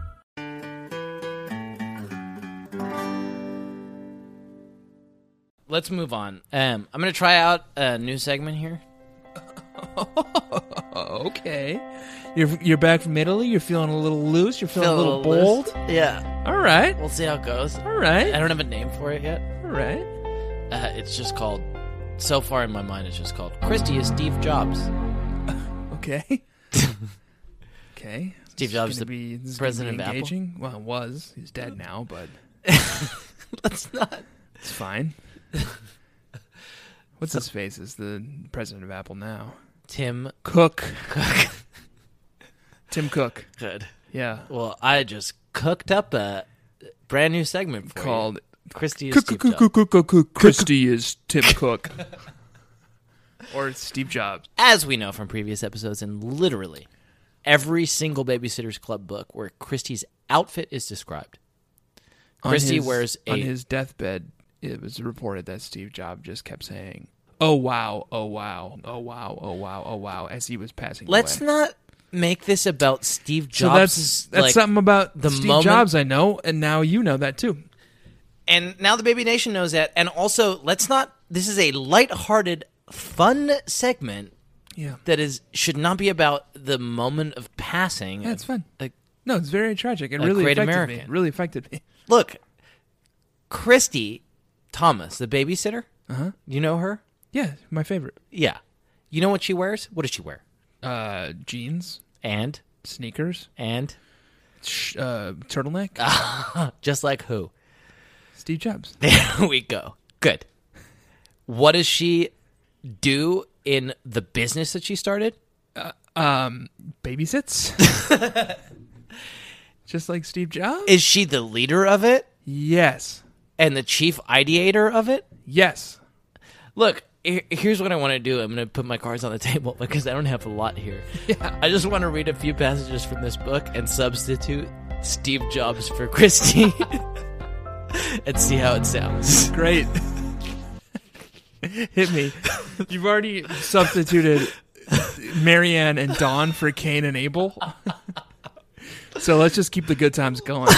Speaker 4: Let's move on. Um, I'm gonna try out a new segment here.
Speaker 3: Okay. You're you're back from Italy. You're feeling a little loose. You're feeling
Speaker 4: Feel
Speaker 3: a little, bold.
Speaker 4: loose. Yeah,
Speaker 3: All right.
Speaker 4: we'll see how it goes.
Speaker 3: All right.
Speaker 4: I don't have a name for it yet.
Speaker 3: All right.
Speaker 4: Uh, it's just called. So far in my mind, it's just called Christy is Steve Jobs.
Speaker 3: Okay. okay.
Speaker 4: Steve
Speaker 3: This is
Speaker 4: Jobs,
Speaker 3: gonna
Speaker 4: the
Speaker 3: this is gonna
Speaker 4: president
Speaker 3: be
Speaker 4: of Apple? Oh.
Speaker 3: engaging. Well, it was. He's dead now, but
Speaker 4: Let's not.
Speaker 3: it's fine. What's his face? Is the president of Apple now?
Speaker 4: Tim
Speaker 3: Cook.
Speaker 4: Cook.
Speaker 3: Tim Cook.
Speaker 4: Good.
Speaker 3: Yeah.
Speaker 4: Well, I just cooked up a brand new segment for you.
Speaker 3: Called
Speaker 4: Christy is Steve Jobs.
Speaker 3: Christie is Tim Cook. Or Steve Jobs.
Speaker 4: As we know from previous episodes, and literally every single Babysitter's Club book where Christy's outfit is described.
Speaker 3: On
Speaker 4: Christy
Speaker 3: his-
Speaker 4: wears a
Speaker 3: on his deathbed. It was reported that Steve Jobs just kept saying, "Oh wow, oh wow, oh wow, oh wow, oh wow," as he was passing.
Speaker 4: Let's
Speaker 3: away.
Speaker 4: not make this about Steve
Speaker 3: So
Speaker 4: Jobs.
Speaker 3: that's that's
Speaker 4: like-
Speaker 3: something about
Speaker 4: the
Speaker 3: Steve
Speaker 4: moment-
Speaker 3: Jobs I know, and now you know that too.
Speaker 4: And now the Baby Nation knows that. And also, let's not. This is a lighthearted, fun segment
Speaker 3: Yeah,
Speaker 4: that is should not be about the moment of passing.
Speaker 3: that's fun.
Speaker 4: Like,
Speaker 3: No, it's very tragic. It
Speaker 4: A
Speaker 3: really
Speaker 4: great
Speaker 3: affected me. It
Speaker 4: American.
Speaker 3: really affected me.
Speaker 4: look, Christy Thomas, the babysitter. Uh
Speaker 3: Uh-huh.
Speaker 4: huh. You know her?
Speaker 3: Yeah, my favorite
Speaker 4: Yeah. You know what she wears? What does she wear?
Speaker 3: uh, jeans,
Speaker 4: And
Speaker 3: sneakers,
Speaker 4: and Ah.
Speaker 3: sh- uh, turtleneck.
Speaker 4: just like who?
Speaker 3: Steve Jobs.
Speaker 4: There we go. Good. What does she do in the business that she started?
Speaker 3: Um, babysits. Just like Steve Jobs.
Speaker 4: Is she the leader of it
Speaker 3: yes,
Speaker 4: and the chief ideator of it?
Speaker 3: yes.
Speaker 4: Look, he- here's what I want to do. I'm going to put my cards on the table because I don't have a lot here. I just want to read a few passages from this book and substitute Steve Jobs for Christie and see how it sounds.
Speaker 3: Great. Hit me. You've already substituted Marianne and Dawn for Cain and Abel. so let's just keep the good times going.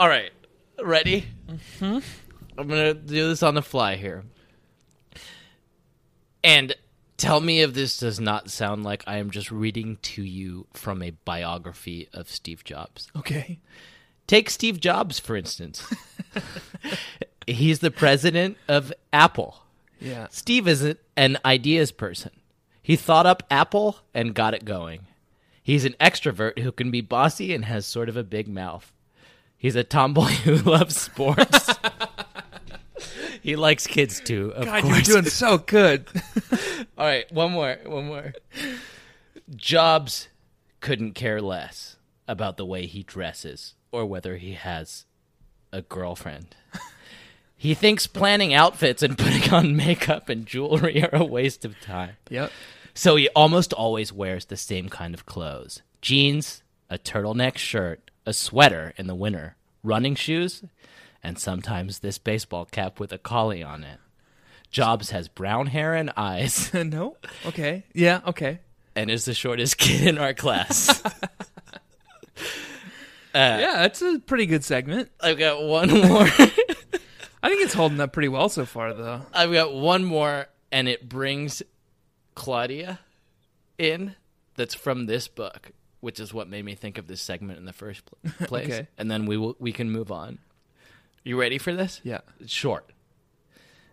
Speaker 4: All right. Ready? I'm going to do this on the fly here. And tell me if this does not sound like I am just reading to you from a biography of Steve Jobs.
Speaker 3: Okay.
Speaker 4: Take Steve Jobs, for instance. He's the president of Apple.
Speaker 3: Yeah.
Speaker 4: Steve is a- an ideas person. He thought up Apple and got it going. He's an extrovert who can be bossy and has sort of a big mouth. He's a tomboy who loves sports. He likes kids too. Of
Speaker 3: God, you're
Speaker 4: course.
Speaker 3: doing so good.
Speaker 4: All right, one more, one more. Jobs couldn't care less about the way he dresses or whether he has a girlfriend. He thinks planning outfits and putting on makeup and jewelry are a waste of time.
Speaker 3: yep.
Speaker 4: So he almost always wears the same kind of clothes jeans, a turtleneck shirt, a sweater in the winter, running shoes, and sometimes this baseball cap with a collie on it. Jobs has brown hair and eyes
Speaker 3: no. Okay. Yeah. Okay.
Speaker 4: and is the shortest kid in our class.
Speaker 3: yeah, that's a pretty good segment.
Speaker 4: I've got one more.
Speaker 3: I think it's holding up pretty well so far, though.
Speaker 4: I've got one more, and it brings Claudia in. That's from this book, which is what made me think of this segment in the first pl- place.
Speaker 3: Okay.
Speaker 4: And then we will we can move on. You ready for this?
Speaker 3: Yeah.
Speaker 4: It's short.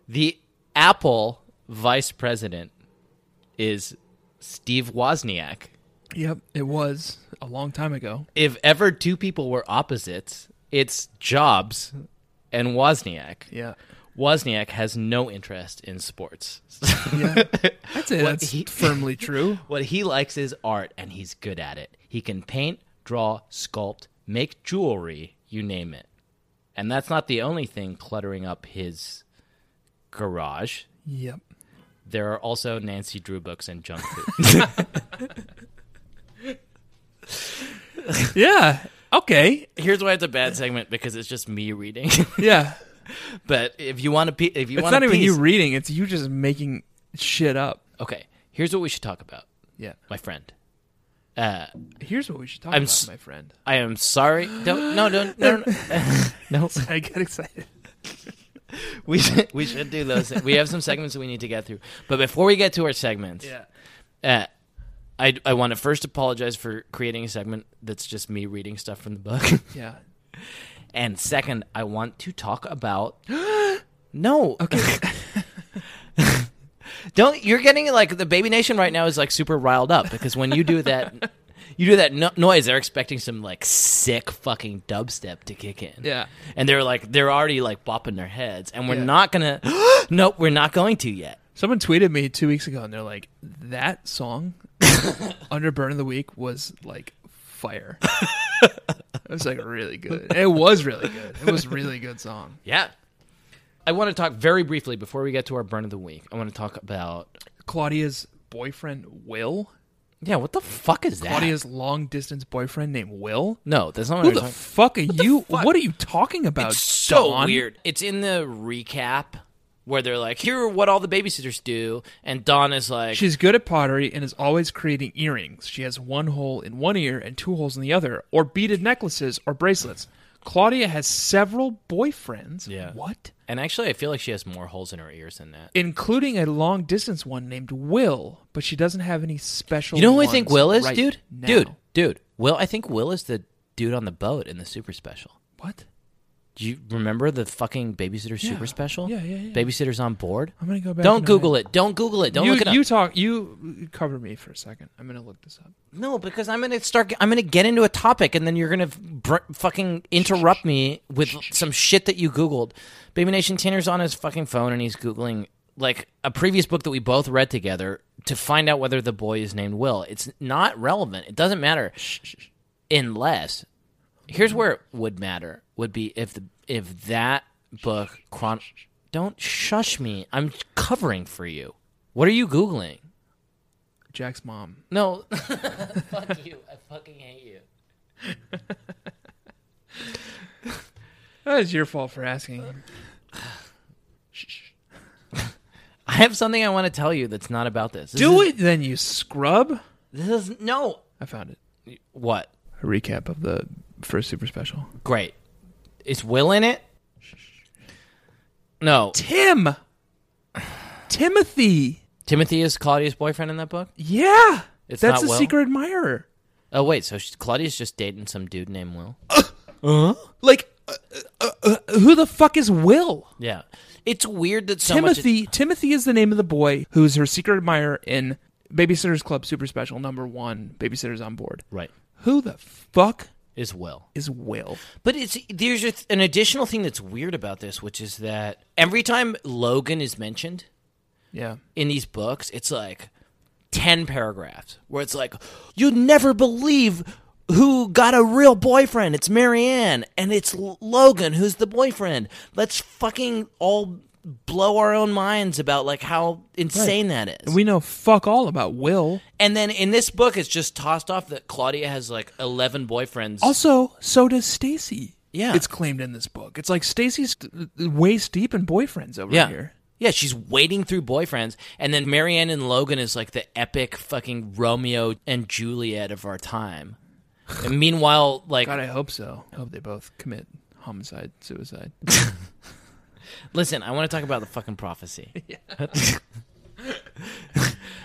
Speaker 4: The Apple vice president is Steve Wozniak.
Speaker 3: Yep. It was a long time ago.
Speaker 4: if ever two people were opposites, it's Jobs and Wozniak.
Speaker 3: Yeah.
Speaker 4: Wozniak has no interest in sports.
Speaker 3: Yeah. I'd say
Speaker 4: What
Speaker 3: that's
Speaker 4: he-
Speaker 3: firmly true.
Speaker 4: what he likes is art, and he's good at it. He can paint, draw, sculpt, make jewelry, you name it. And that's not the only thing cluttering up his garage.
Speaker 3: Yep.
Speaker 4: There are also Nancy Drew books and junk food.
Speaker 3: Yeah. Okay.
Speaker 4: Here's why it's a bad segment because it's just me reading.
Speaker 3: Yeah.
Speaker 4: but if you want to, pe- if you
Speaker 3: It's
Speaker 4: want
Speaker 3: not
Speaker 4: to,
Speaker 3: even you reading. It's you just making shit up.
Speaker 4: Okay, here's what we should talk about,
Speaker 3: Yeah.
Speaker 4: my friend. Uh,
Speaker 3: Here's what we should talk
Speaker 4: I'm
Speaker 3: about,
Speaker 4: s-
Speaker 3: my friend.
Speaker 4: I am sorry. Don't no don't no no. no.
Speaker 3: I get excited.
Speaker 4: We should, we should do those. things. We have some segments that we need to get through. But before we get to our segments, uh, I I want to first apologize for creating a segment that's just me reading stuff from the book,
Speaker 3: Yeah.
Speaker 4: and second, I want to talk about no. Okay. Don't you're getting like the baby nation right now is like super riled up because when you do that you do that no- noise they're expecting some like sick fucking dubstep to kick in.
Speaker 3: Yeah.
Speaker 4: And they're like they're already like bopping their heads and we're
Speaker 3: Yeah.
Speaker 4: not going to Nope, we're not going to yet.
Speaker 3: Someone tweeted me two weeks ago, and they're like, "That song, under burn of the week, was like fire." it was like really good. It was really good. It was really good song.
Speaker 4: Yeah. I want to talk very briefly before we get to our burn of the week. I want to talk about
Speaker 3: Claudia's boyfriend Will.
Speaker 4: Yeah, what the fuck is that?
Speaker 3: Claudia's long distance boyfriend named Will.
Speaker 4: No, that's not
Speaker 3: Who
Speaker 4: what I'm
Speaker 3: the
Speaker 4: talking-
Speaker 3: fuck are you? What are you talking about?
Speaker 4: so
Speaker 3: Dawn?
Speaker 4: weird. It's in the recap where they're like, "Here are what all the babysitters do," and Dawn is like,
Speaker 3: She's good at pottery and is always creating earrings. She has one hole in one ear and two holes in the other, or beaded necklaces or bracelets. Claudia has several boyfriends.
Speaker 4: Yeah.
Speaker 3: What?
Speaker 4: and actually, I feel like she has more holes in her ears than that.
Speaker 3: Including a long distance one named Will, but she doesn't have any special.
Speaker 4: You know who I think
Speaker 3: ones
Speaker 4: Will is,
Speaker 3: right
Speaker 4: dude?
Speaker 3: now.
Speaker 4: Dude, dude. Will, I think Will is the dude on the boat in the super special.
Speaker 3: What?
Speaker 4: Do you remember the fucking babysitter super special?
Speaker 3: Yeah, yeah, yeah.
Speaker 4: Babysitters on board.
Speaker 3: I'm gonna go back
Speaker 4: Don't
Speaker 3: and
Speaker 4: Google it. Don't Google it. Don't
Speaker 3: you,
Speaker 4: look it up.
Speaker 3: You talk. You cover me for a second. I'm gonna look this up.
Speaker 4: No, because I'm gonna start. I'm gonna get into a topic, and then you're gonna br- fucking interrupt me with some shit that you googled. Baby Nation Tanner's on his fucking phone, and he's googling like a previous book that we both read together to find out whether the boy is named Will. It's not relevant. It doesn't matter, unless here's where it would matter would be if the if that book chron. Don't shush me. I'm covering for you. What are you googling?
Speaker 3: Jack's mom.
Speaker 4: No. Fuck you. I fucking hate you.
Speaker 3: That is your fault for asking.
Speaker 4: I have something I want to tell you that's not about this. this
Speaker 3: Do
Speaker 4: is,
Speaker 3: it then, you scrub.
Speaker 4: This is no.
Speaker 3: I found it.
Speaker 4: What?
Speaker 3: A recap of the first super special.
Speaker 4: Great. Is Will in it? No.
Speaker 3: Tim. Timothy.
Speaker 4: Timothy is Claudia's boyfriend in that book?
Speaker 3: Yeah.
Speaker 4: It's
Speaker 3: That's
Speaker 4: not
Speaker 3: a
Speaker 4: Will?
Speaker 3: secret admirer.
Speaker 4: Oh wait, so she, Claudia's just dating some dude named Will.
Speaker 3: Like, uh, uh, uh, who the fuck is Will?
Speaker 4: Yeah. It's weird that so much
Speaker 3: Timothy. Timothy is the name of the boy who's her secret admirer in Babysitters Club Super Special number one. Babysitters on board.
Speaker 4: Right.
Speaker 3: Who the fuck
Speaker 4: is Will.
Speaker 3: is Will.
Speaker 4: But it's there's a th- an additional thing that's weird about this, which is that every time Logan is mentioned
Speaker 3: Yeah.
Speaker 4: in these books, it's like ten paragraphs where it's like you'd never believe who got a real boyfriend. It's Marianne, and it's L- Logan who's the boyfriend. Let's fucking all blow our own minds about like how insane that is.
Speaker 3: We know fuck all about Will.
Speaker 4: and then in this book, it's just tossed off that Claudia has like eleven boyfriends.
Speaker 3: Also, so does Stacy.
Speaker 4: Yeah.
Speaker 3: It's claimed in this book. It's like Stacy's waist deep in boyfriends over
Speaker 4: yeah.
Speaker 3: here.
Speaker 4: Yeah, she's wading through boyfriends, and then Marianne and Logan is like the epic fucking Romeo and Juliet of our time. And meanwhile, like,
Speaker 3: God, I hope so. I hope they both commit homicide, suicide.
Speaker 4: listen, I want to talk about the fucking prophecy.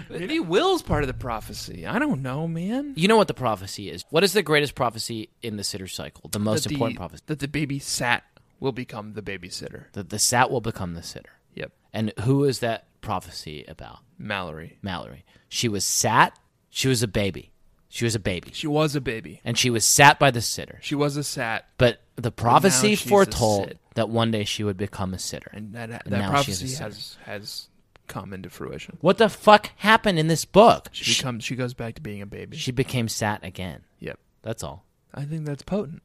Speaker 3: Maybe Will's part of the prophecy. I don't know, man.
Speaker 4: You know what the prophecy is? What is the greatest prophecy in the sitter cycle? The most
Speaker 3: That the-
Speaker 4: important prophecy.
Speaker 3: That the baby sat will become the babysitter.
Speaker 4: That the sat will become the sitter.
Speaker 3: Yep.
Speaker 4: And who is that prophecy about?
Speaker 3: Mallory.
Speaker 4: Mallory. She was sat. She was a baby. She was a baby,
Speaker 3: She was a baby.
Speaker 4: and she was sat by the sitter.
Speaker 3: She was a sat.
Speaker 4: But the prophecy
Speaker 3: she's a
Speaker 4: foretold
Speaker 3: sit.
Speaker 4: that one day she would become a sitter.
Speaker 3: And that, that
Speaker 4: now she's a
Speaker 3: prophecy
Speaker 4: sitter.
Speaker 3: has, has come into fruition.
Speaker 4: What the fuck happened in this book?
Speaker 3: She becomes she goes back to being a baby.
Speaker 4: she became sat again.
Speaker 3: yep.
Speaker 4: That's all.
Speaker 3: I think that's potent.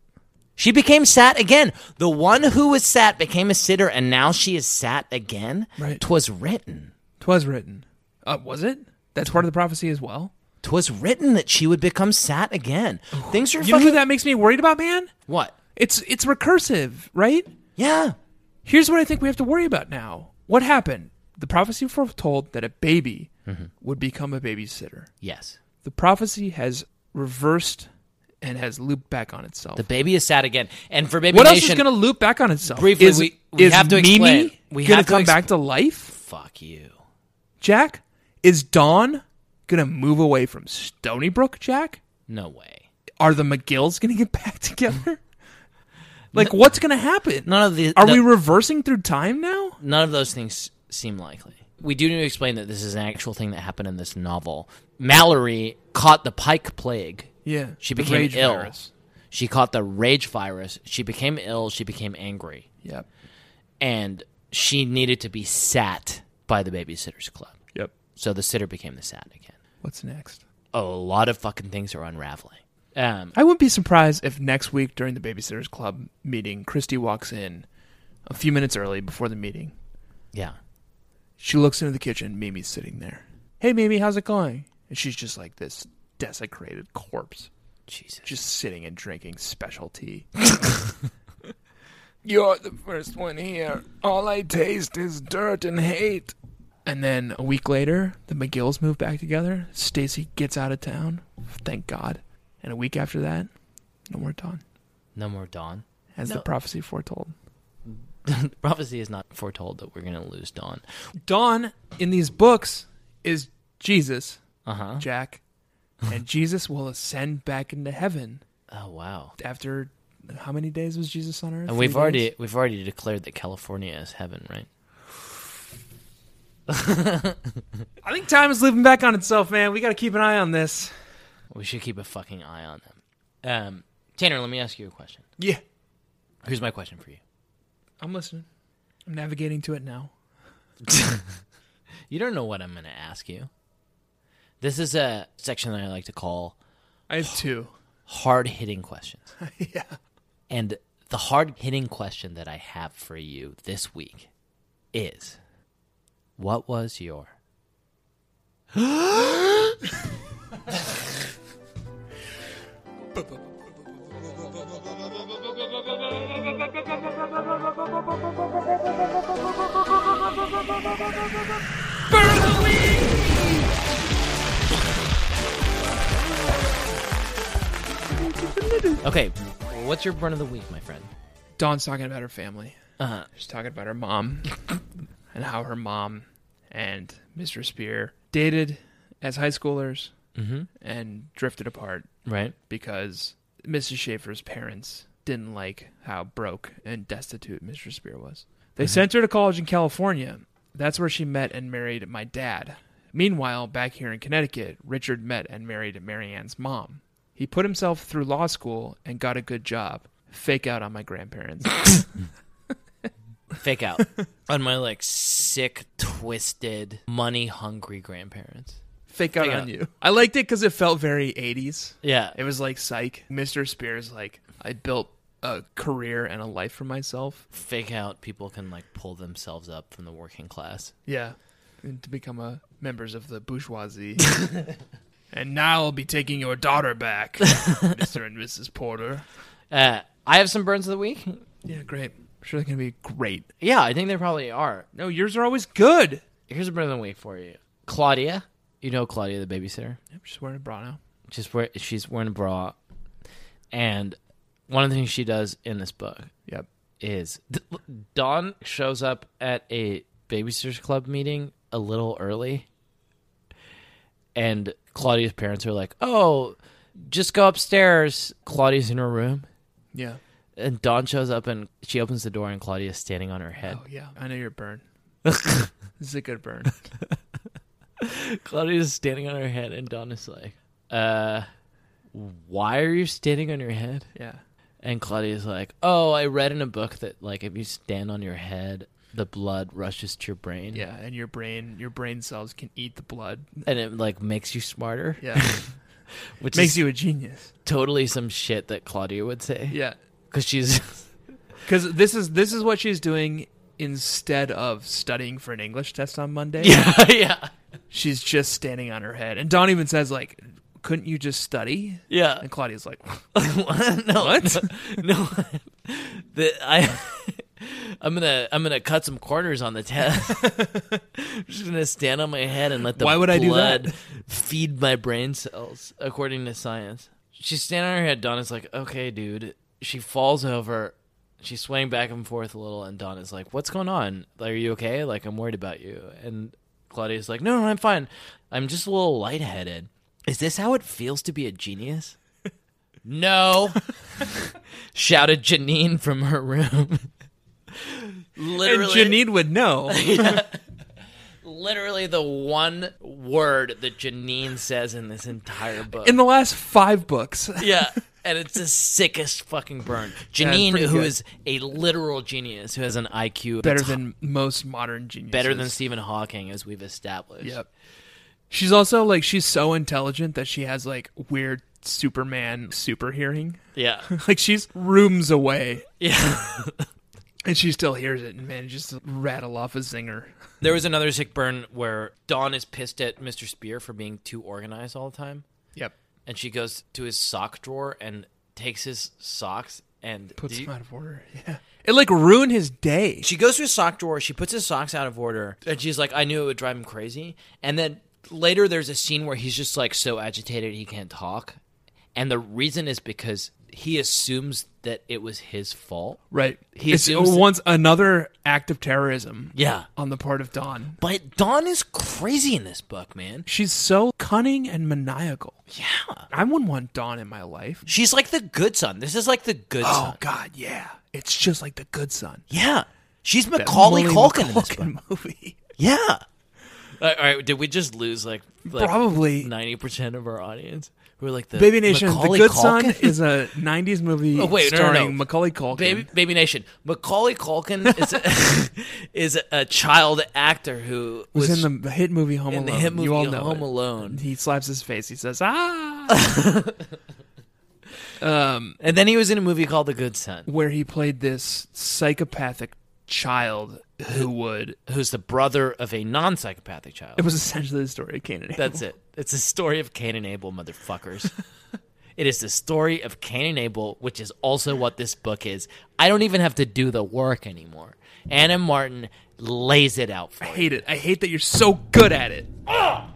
Speaker 4: She became sat again. The one who was sat became a sitter, and now she is sat again.
Speaker 3: Right.
Speaker 4: Twas written.
Speaker 3: Twas written. Uh, was it? That's part of the prophecy as well.
Speaker 4: Twas written that she would become sat again. Things are
Speaker 3: You know
Speaker 4: fucking
Speaker 3: who that makes me worried about, man?
Speaker 4: what?
Speaker 3: It's it's recursive, right?
Speaker 4: Yeah.
Speaker 3: Here's what I think we have to worry about now. What happened? The prophecy foretold that a baby
Speaker 4: Mm-hmm.
Speaker 3: would become a babysitter.
Speaker 4: Yes.
Speaker 3: The prophecy has reversed and has looped back on itself.
Speaker 4: The baby is sat again, and for baby
Speaker 3: what else
Speaker 4: nation,
Speaker 3: is going to loop back on itself?
Speaker 4: Briefly,
Speaker 3: is,
Speaker 4: we- we
Speaker 3: is
Speaker 4: have to
Speaker 3: Mimi
Speaker 4: explain. We
Speaker 3: gonna
Speaker 4: have to
Speaker 3: come
Speaker 4: expl-
Speaker 3: back to life.
Speaker 4: fuck you.
Speaker 3: Jack, is Dawn gonna move away from Stony Brook, Jack?
Speaker 4: No way.
Speaker 3: Are the McGills gonna get back together? like what's gonna happen?
Speaker 4: None of the
Speaker 3: Are
Speaker 4: no-
Speaker 3: we reversing through time now?
Speaker 4: None of those things seem likely. We do need to explain that this is an actual thing that happened in this novel. Mallory caught the Pike Plague.
Speaker 3: Yeah.
Speaker 4: She
Speaker 3: the
Speaker 4: became
Speaker 3: rage
Speaker 4: ill.
Speaker 3: virus.
Speaker 4: She caught the rage virus. She became ill. She became angry.
Speaker 3: Yep.
Speaker 4: And she needed to be sat by the Babysitter's Club.
Speaker 3: Yep.
Speaker 4: So the sitter became the sat again.
Speaker 3: What's next?
Speaker 4: Oh, a lot of fucking things are unraveling. Um,
Speaker 3: I wouldn't be surprised if next week during the Babysitters Club meeting, Christy walks in a few minutes early before the meeting.
Speaker 4: yeah.
Speaker 3: She looks into the kitchen. Mimi's sitting there. Hey, Mimi, how's it going? And she's just like this desecrated corpse.
Speaker 4: Jesus.
Speaker 3: just sitting and drinking special tea. You're the first one here. All I taste is dirt and hate. And then a week later, the McGills move back together. Stacy gets out of town. Thank God. And a week after that, no more dawn,
Speaker 4: No more dawn.
Speaker 3: as the prophecy foretold.
Speaker 4: Prophecy is not foretold that we're going to lose dawn.
Speaker 3: Dawn in these books is Jesus,
Speaker 4: Uh huh.
Speaker 3: Jack. And Jesus will ascend back into heaven
Speaker 4: Oh, wow.
Speaker 3: after how many days was Jesus on earth?
Speaker 4: And we've
Speaker 3: Three days?
Speaker 4: already we've already declared that California is heaven, right?
Speaker 3: I think time is living back on itself, man. We got to keep an eye on this.
Speaker 4: We should keep a fucking eye on them. Um, Tanner, let me ask you a question.
Speaker 3: Yeah.
Speaker 4: Here's my question for you.
Speaker 3: I'm listening. I'm navigating to it now.
Speaker 4: You don't know what I'm going to ask you. This is a section that I like to call
Speaker 3: I have two.
Speaker 4: hard hitting questions.
Speaker 3: yeah.
Speaker 4: And the hard hitting question that I have for you this week is what was your Okay, what's your burn of the week, my friend?
Speaker 3: Dawn's talking about her family.
Speaker 4: Uh-huh.
Speaker 3: She's talking about her mom and how her mom and Mr. Spear dated as high schoolers and drifted apart
Speaker 4: Mm-hmm. Right?
Speaker 3: because Mrs. Schaefer's parents didn't like how broke and destitute Mr. Spear was.
Speaker 4: Mm-hmm.
Speaker 3: They sent her to college in California. That's where she met and married my dad. Meanwhile, back here in Connecticut, Richard met and married Marianne's mom. He He put himself through law school and got a good job. Fake out on my grandparents.
Speaker 4: Fake out on my like sick, twisted, money hungry grandparents.
Speaker 3: Fake out
Speaker 4: Fake
Speaker 3: on
Speaker 4: out.
Speaker 3: you. I liked it because it felt very 80s.
Speaker 4: Yeah.
Speaker 3: It was like psych. Mr. Spears, like, I built a career and a life for myself.
Speaker 4: Fake out people can like pull themselves up from the working class.
Speaker 3: Yeah. And to become a members of the bourgeoisie. and now I'll be taking your daughter back, Mr. and Mrs. Porter.
Speaker 4: Uh, I have some burns of the week.
Speaker 3: Yeah, great. I'm sure they're going to be great.
Speaker 4: Yeah, I think they probably are.
Speaker 3: No, yours are always good.
Speaker 4: Here's a burn of the week for you. Claudia. You know Claudia, the babysitter.
Speaker 3: I'm just wearing a bra now.
Speaker 4: She's, wear- she's wearing a bra. And one of the things she does in this book
Speaker 3: Yep.
Speaker 4: is Dawn shows up at a babysitters club meeting a little early, and Claudia's parents are like, "Oh, just go upstairs." Claudia's in her room,
Speaker 3: Yeah.
Speaker 4: and Dawn shows up and she opens the door, and Claudia's standing on her head.
Speaker 3: Oh, yeah. I know your burn. this is a good burn.
Speaker 4: Claudia's standing on her head, and Dawn is like, "Uh, why are you standing on your head?"
Speaker 3: Yeah.
Speaker 4: And Claudia's like, "Oh, I read in a book that like if you stand on your head." The blood rushes to your brain,
Speaker 3: Yeah. And your brain, your brain cells can eat the blood.
Speaker 4: and it like makes you smarter.
Speaker 3: Yeah.
Speaker 4: which
Speaker 3: Makes
Speaker 4: is
Speaker 3: you a genius.
Speaker 4: totally some shit that Claudia would say
Speaker 3: Yeah.
Speaker 4: because she's
Speaker 3: Because this is this is what she's doing instead of studying for an English test on Monday.
Speaker 4: yeah yeah
Speaker 3: She's just standing on her head. And Don even says, like, couldn't you just study?
Speaker 4: yeah
Speaker 3: And Claudia's like,
Speaker 4: no what no, no. The- I I'm gonna I'm gonna cut some corners on the test. I'm just gonna stand on my head and let the
Speaker 3: Why would I do
Speaker 4: blood
Speaker 3: that?
Speaker 4: feed my brain cells according to science. She's standing on her head. Donna's like, okay, dude. She falls over. She's swaying back and forth a little, and Donna's like, "What's going on? Like, Are you okay? Like, I'm worried about you." And Claudia's like, "No, no, I'm fine. I'm just a little lightheaded. Is this how it feels to be a genius?" No, shouted Janine from her room.
Speaker 3: and
Speaker 4: literally,
Speaker 3: Janine would know.
Speaker 4: literally the one word that Janine says in this entire book.
Speaker 3: In the last five books.
Speaker 4: yeah, and it's the sickest fucking burn.
Speaker 3: it's
Speaker 4: Janine,
Speaker 3: pretty
Speaker 4: who
Speaker 3: good.
Speaker 4: is a literal genius, who has an IQ
Speaker 3: Better
Speaker 4: that's
Speaker 3: than most modern geniuses.
Speaker 4: better than Stephen Hawking, as we've established.
Speaker 3: Yep. She's also like she's so intelligent that she has like weird Superman super hearing.
Speaker 4: Yeah,
Speaker 3: Like she's rooms away
Speaker 4: yeah.
Speaker 3: and she still hears it and manages to rattle off a zinger.
Speaker 4: There was another sick burn where Dawn is pissed at Mr. Spear for being too organized all the time.
Speaker 3: Yep.
Speaker 4: and she goes to his sock drawer and takes his socks and
Speaker 3: Puts
Speaker 4: Did
Speaker 3: him
Speaker 4: you-
Speaker 3: out of order. Yeah. It like ruined his day.
Speaker 4: she goes to his sock drawer she puts his socks out of order and she's like i knew it would drive him crazy and then later there's a scene where he's just like so agitated he can't talk and the reason is because he assumes that it was his fault
Speaker 3: Right.
Speaker 4: He
Speaker 3: it's
Speaker 4: assumes-
Speaker 3: once another act of terrorism
Speaker 4: yeah
Speaker 3: on the part of Dawn.
Speaker 4: but dawn is crazy in this book man
Speaker 3: She's so cunning and maniacal. Yeah. I wouldn't want Dawn in my life.
Speaker 4: she's like the good son this is like the good
Speaker 3: Oh
Speaker 4: son
Speaker 3: god, yeah. It's just like the good son.
Speaker 4: yeah she's macaulay
Speaker 3: Macaulay
Speaker 4: culkin in this book
Speaker 3: Culkin movie.
Speaker 4: Yeah. All right. Did we just lose like, like
Speaker 3: Probably.
Speaker 4: ninety percent of our audience? Who are like the
Speaker 3: Baby Nation,
Speaker 4: Macaulay
Speaker 3: The Good Son
Speaker 4: Culkin?
Speaker 3: is a '90s movie
Speaker 4: Oh, wait, no, no,
Speaker 3: starring
Speaker 4: no.
Speaker 3: Macaulay Culkin.
Speaker 4: Baby, Baby Nation. Macaulay Culkin is a, is a child actor who was,
Speaker 3: was, in the hit movie Home
Speaker 4: in
Speaker 3: Alone.
Speaker 4: the hit movie
Speaker 3: you all know
Speaker 4: Home
Speaker 3: it.
Speaker 4: Alone.
Speaker 3: He slaps his face. He says, "Ah,"
Speaker 4: and then he was in a movie called The Good Son,
Speaker 3: where he played this psychopathic child who would.
Speaker 4: who's the brother of a non-psychopathic child.
Speaker 3: It was essentially the story of Cain and Abel.
Speaker 4: That's it. It's the story of Cain and Abel, motherfuckers. it is the story of Cain and Abel, which is also what this book is. I don't even have to do the work anymore. Anna Martin lays it out for
Speaker 3: I
Speaker 4: you.
Speaker 3: hate it. I hate that you're so good at it.
Speaker 4: Ah!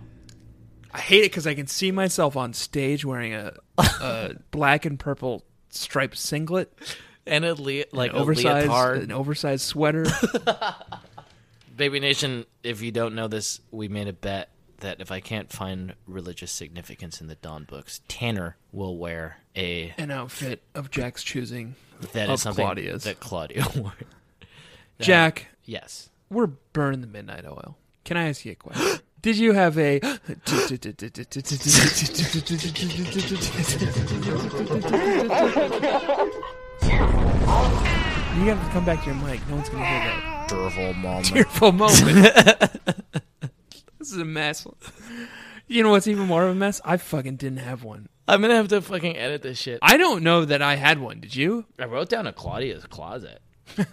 Speaker 3: I hate it because I can see myself on stage wearing a, a black and purple striped singlet,
Speaker 4: And a le- like
Speaker 3: an
Speaker 4: a
Speaker 3: oversized,
Speaker 4: leotard.
Speaker 3: an oversized sweater.
Speaker 4: uh, Baby Nation, if you don't know this, we made a bet that if I can't find religious significance in the Dawn books, Tanner will wear a
Speaker 3: an outfit of Jack's choosing.
Speaker 4: that
Speaker 3: Of
Speaker 4: is something
Speaker 3: Claudia's.
Speaker 4: that Claudia wore.
Speaker 3: Jack,
Speaker 4: Yes.
Speaker 3: we're burning the midnight oil. Can I ask you a question? Did you have a? You have to come back to your mic. No one's gonna hear that
Speaker 4: Durval moment.
Speaker 3: tearful moment. this is a mess. You know what's even more of a mess? I fucking didn't have one.
Speaker 4: I'm gonna have to fucking edit this shit. I,
Speaker 3: I don't know that I had one. Did you?
Speaker 4: wrote down a Claudia's closet.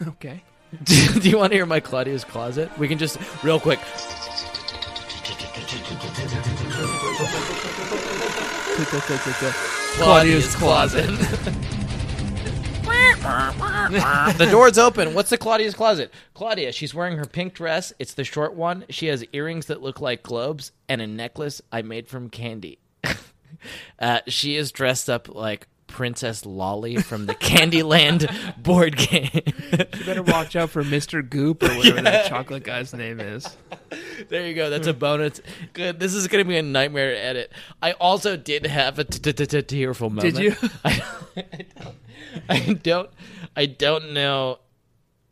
Speaker 3: Okay.
Speaker 4: Do you want to hear my Claudia's closet? We can just real quick.
Speaker 3: Claudia's closet.
Speaker 4: the door's open. What's the Claudia's closet? Claudia, she's wearing her pink dress. It's the short one. She has earrings that look like globes and a necklace I made from candy. uh, she is dressed up like Princess Lolly from the Candyland board game.
Speaker 3: You better watch out for Mr. Goop or whatever that chocolate guy's name is.
Speaker 4: There you go. That's
Speaker 3: Hmm.
Speaker 4: a bonus. Good. This is going to be a nightmare to edit. I also did have a t- t- t- t- tearful moment.
Speaker 3: you?
Speaker 4: I don't- I don't. I don't know.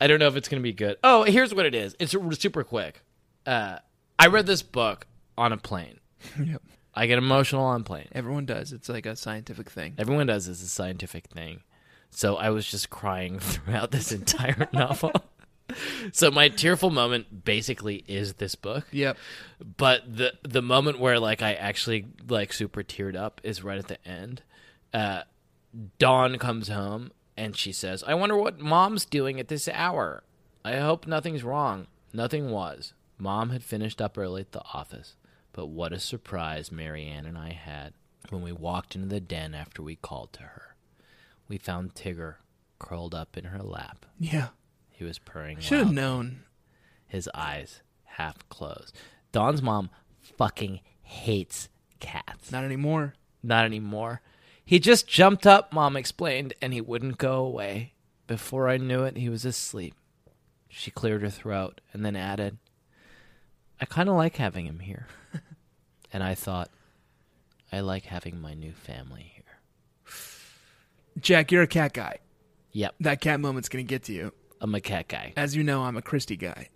Speaker 4: I don't know if it's going to be good. Oh, here's what it is. It's r- super quick. Uh, I read this book on a plane.
Speaker 3: Yep.
Speaker 4: I get emotional on plane.
Speaker 3: Everyone does. It's like a scientific thing.
Speaker 4: Everyone does. It's a scientific thing. So I was just crying throughout this entire novel. So my tearful moment basically is this book
Speaker 3: Yep.
Speaker 4: but the the moment where like I actually like super teared up is right at the end. Uh, Dawn comes home and she says, "I wonder what mom's doing at this hour. I hope nothing's wrong. Nothing was. Mom had finished up early at the office, but what a surprise Marianne and I had when we walked into the den after we called to her. We found Tigger curled up in her lap.
Speaker 3: Yeah.
Speaker 4: He was purring.
Speaker 3: Should have
Speaker 4: loudly
Speaker 3: known.
Speaker 4: his eyes half closed. Don's mom fucking hates cats. Not,
Speaker 3: Not anymore.
Speaker 4: anymore. He just jumped up, mom explained, and he wouldn't go away. Before I knew it, he was asleep. She cleared her throat and then added, I kind of like having him here. and I thought, I like having my new family here.
Speaker 3: Jack, you're a cat guy.
Speaker 4: Yep,
Speaker 3: That cat moment's gonna get to you.
Speaker 4: I'm a cat guy.
Speaker 3: As you know, I'm a Christie guy.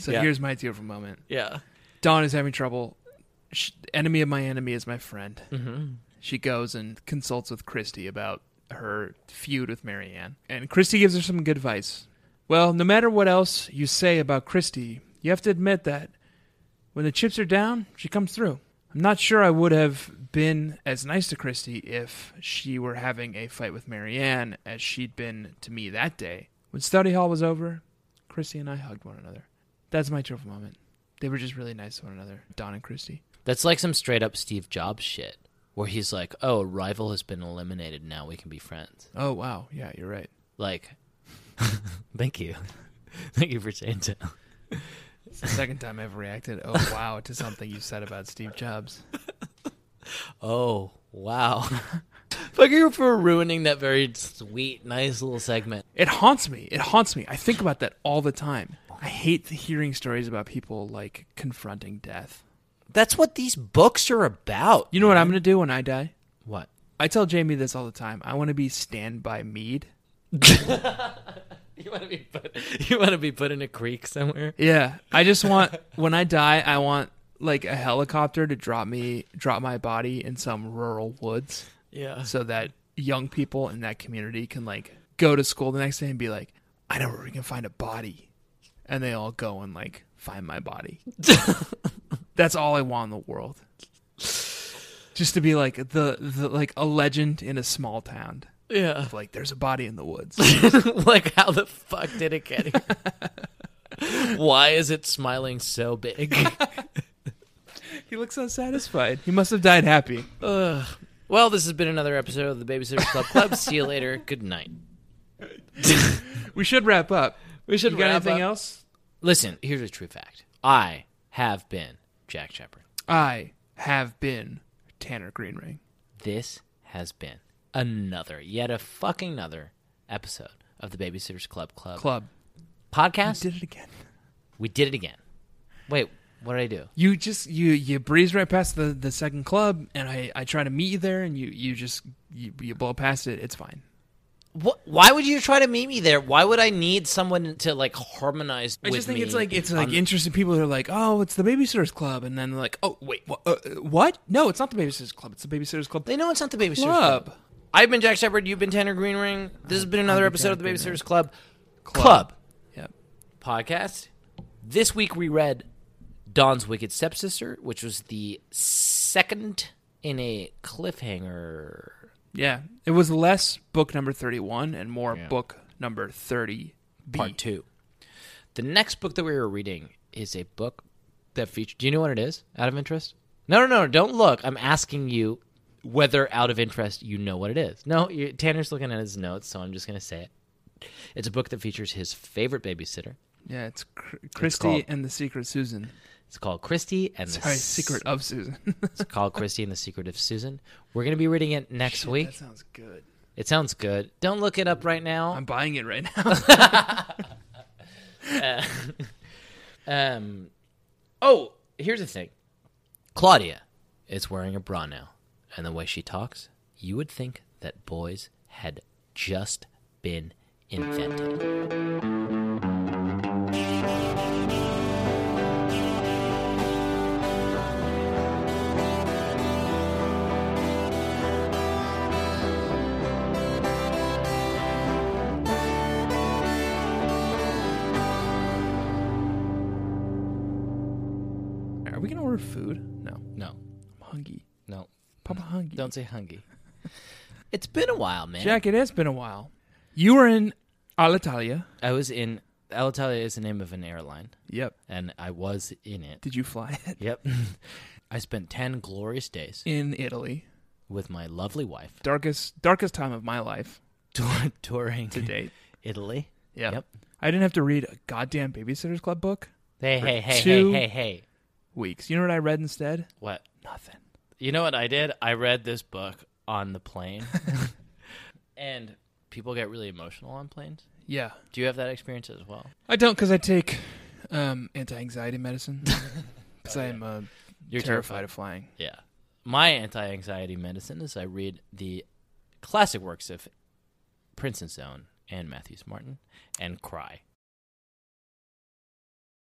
Speaker 3: so
Speaker 4: Yeah.
Speaker 3: here's my tearful moment.
Speaker 4: Yeah.
Speaker 3: Dawn is having trouble. Sh enemy of my enemy is my friend. Mm-hmm. She goes and consults with Christy about her feud with Marianne. And Christy gives her some good advice. Well, no matter what else you say about Christy, you have to admit that when the chips are down, she comes through. I'm not sure I would have been as nice to Christy if she were having a fight with Marianne as she'd been to me that day. When study hall was over, Christy and I hugged one another. That's my tearful moment. They were just really nice to one another, Don and Christy.
Speaker 4: That's like some straight up Steve Jobs shit, where he's like, oh, a rival has been eliminated. Now we can be friends.
Speaker 3: Oh wow, yeah, you're right.
Speaker 4: like thank you thank you for saying so
Speaker 3: It's the second time I've reacted. Oh wow, to something you said about Steve Jobs.
Speaker 4: oh wow fuck you for ruining that very sweet nice little segment
Speaker 3: It haunts me. It haunts me. I think about that all the time. I hate hearing stories about people like confronting death.
Speaker 4: that's what these books are about
Speaker 3: You know what I'm gonna do when I die?
Speaker 4: what
Speaker 3: I tell Jamie this all the time. I want to be stand by mead.
Speaker 4: you want to be put you want to be put in a creek somewhere
Speaker 3: Yeah, I just want when I die, I want like a helicopter to drop me, drop my body in some rural woods.
Speaker 4: yeah
Speaker 3: so that young people in that community can like go to school the next day and be like, I know where we can find a body, and they all go and like find my body. That's all I want in the world, just to be like the, the like a legend in a small town.
Speaker 4: yeah
Speaker 3: Of, like there's a body in the woods.
Speaker 4: like how the fuck did it get here why is it smiling so big
Speaker 3: he looks so satisfied. He must have died happy.
Speaker 4: well this has been another episode of the babysitters club club see you later good night
Speaker 3: We should wrap up. We
Speaker 4: should
Speaker 3: You got
Speaker 4: wrap
Speaker 3: anything
Speaker 4: up.
Speaker 3: else?
Speaker 4: Listen, here's a true fact. I have been Jack Shepard.
Speaker 3: I have been Tanner Greenring.
Speaker 4: This has been another, yet a fucking another episode of the Babysitters Club Club,
Speaker 3: Club
Speaker 4: podcast.
Speaker 3: did it again.
Speaker 4: we did it again. Wait, what did I do?
Speaker 3: you just you you breeze right past the the second club and i i try to meet you there and you you just you, you blow past it it's fine
Speaker 4: Wh- why would you try to meet me there? Why would I need someone to like harmonize
Speaker 3: I
Speaker 4: with
Speaker 3: just think
Speaker 4: me
Speaker 3: it's like it's
Speaker 4: on
Speaker 3: like interesting people who are like, oh, it's the babysitters club, and then like, oh wait, wha- uh, uh, what? No, it's not the babysitters club. It's the babysitters club.
Speaker 4: They know it's not the Babysitter's
Speaker 3: Club.
Speaker 4: Club. I've been Jack Shepard. You've been Tanner Greenring. This has been another episode of the Babysitter's Club. Club.
Speaker 3: Yep.
Speaker 4: podcast. This week we read Dawn's Wicked Stepsister, which was the second in a cliffhanger.
Speaker 3: Yeah, it was less book number thirty-one and more book number thirty.
Speaker 4: Part two. The next book that we were reading is a book that features. Do you know what it is? Out of interest? No, no, no. Don't look. I'm asking you whether, out of interest, you know what it is. No, you Tanner's looking at his notes, so I'm just going to say it. It's a book that features his favorite babysitter.
Speaker 3: Yeah, it's Cr- Christy
Speaker 4: called-
Speaker 3: and the Secret Susan.
Speaker 4: It's called Christie and the
Speaker 3: Sorry,
Speaker 4: S-
Speaker 3: Secret of Susan.
Speaker 4: It's called Christie and the Secret of Susan. We're going to be reading it next week.
Speaker 3: that sounds good.
Speaker 4: It sounds good. Don't look it up right now.
Speaker 3: I'm buying it right now.
Speaker 4: Um, oh, here's the thing. Claudia is wearing a bra now, and the way she talks, you would think that boys had just been invented.
Speaker 3: Are we gonna order food? No,
Speaker 4: No,
Speaker 3: I'm hungry.
Speaker 4: no,
Speaker 3: Papa hungry.
Speaker 4: don't say hungry. It's been a while, man.
Speaker 3: Jack, it has been a while. You were in Alitalia.
Speaker 4: I was in Alitalia is the name of an airline,
Speaker 3: Yep.
Speaker 4: and I was in it.
Speaker 3: Did you fly it
Speaker 4: Yep. I spent 10 glorious days
Speaker 3: in Italy?
Speaker 4: with my lovely wife
Speaker 3: Darkest darkest time of my life
Speaker 4: tour- touring
Speaker 3: to date.
Speaker 4: Italy.
Speaker 3: Yeah.
Speaker 4: Yep.
Speaker 3: I didn't have to read a goddamn Babysitters Club book.
Speaker 4: Hey, hey, hey,
Speaker 3: two-
Speaker 4: hey, hey, hey.
Speaker 3: Weeks. You know what I read instead?
Speaker 4: What?
Speaker 3: Nothing.
Speaker 4: You know what I did? I read this book on the plane. and people get really emotional on planes.
Speaker 3: Yeah.
Speaker 4: Do you have that experience as well?
Speaker 3: I don't because I take um, anti-anxiety medicine because I'm uh,
Speaker 4: You're
Speaker 3: terrified of flying.
Speaker 4: Yeah. My anti-anxiety medicine is I read the classic works of Princeton's Own and Matthews Martin and cry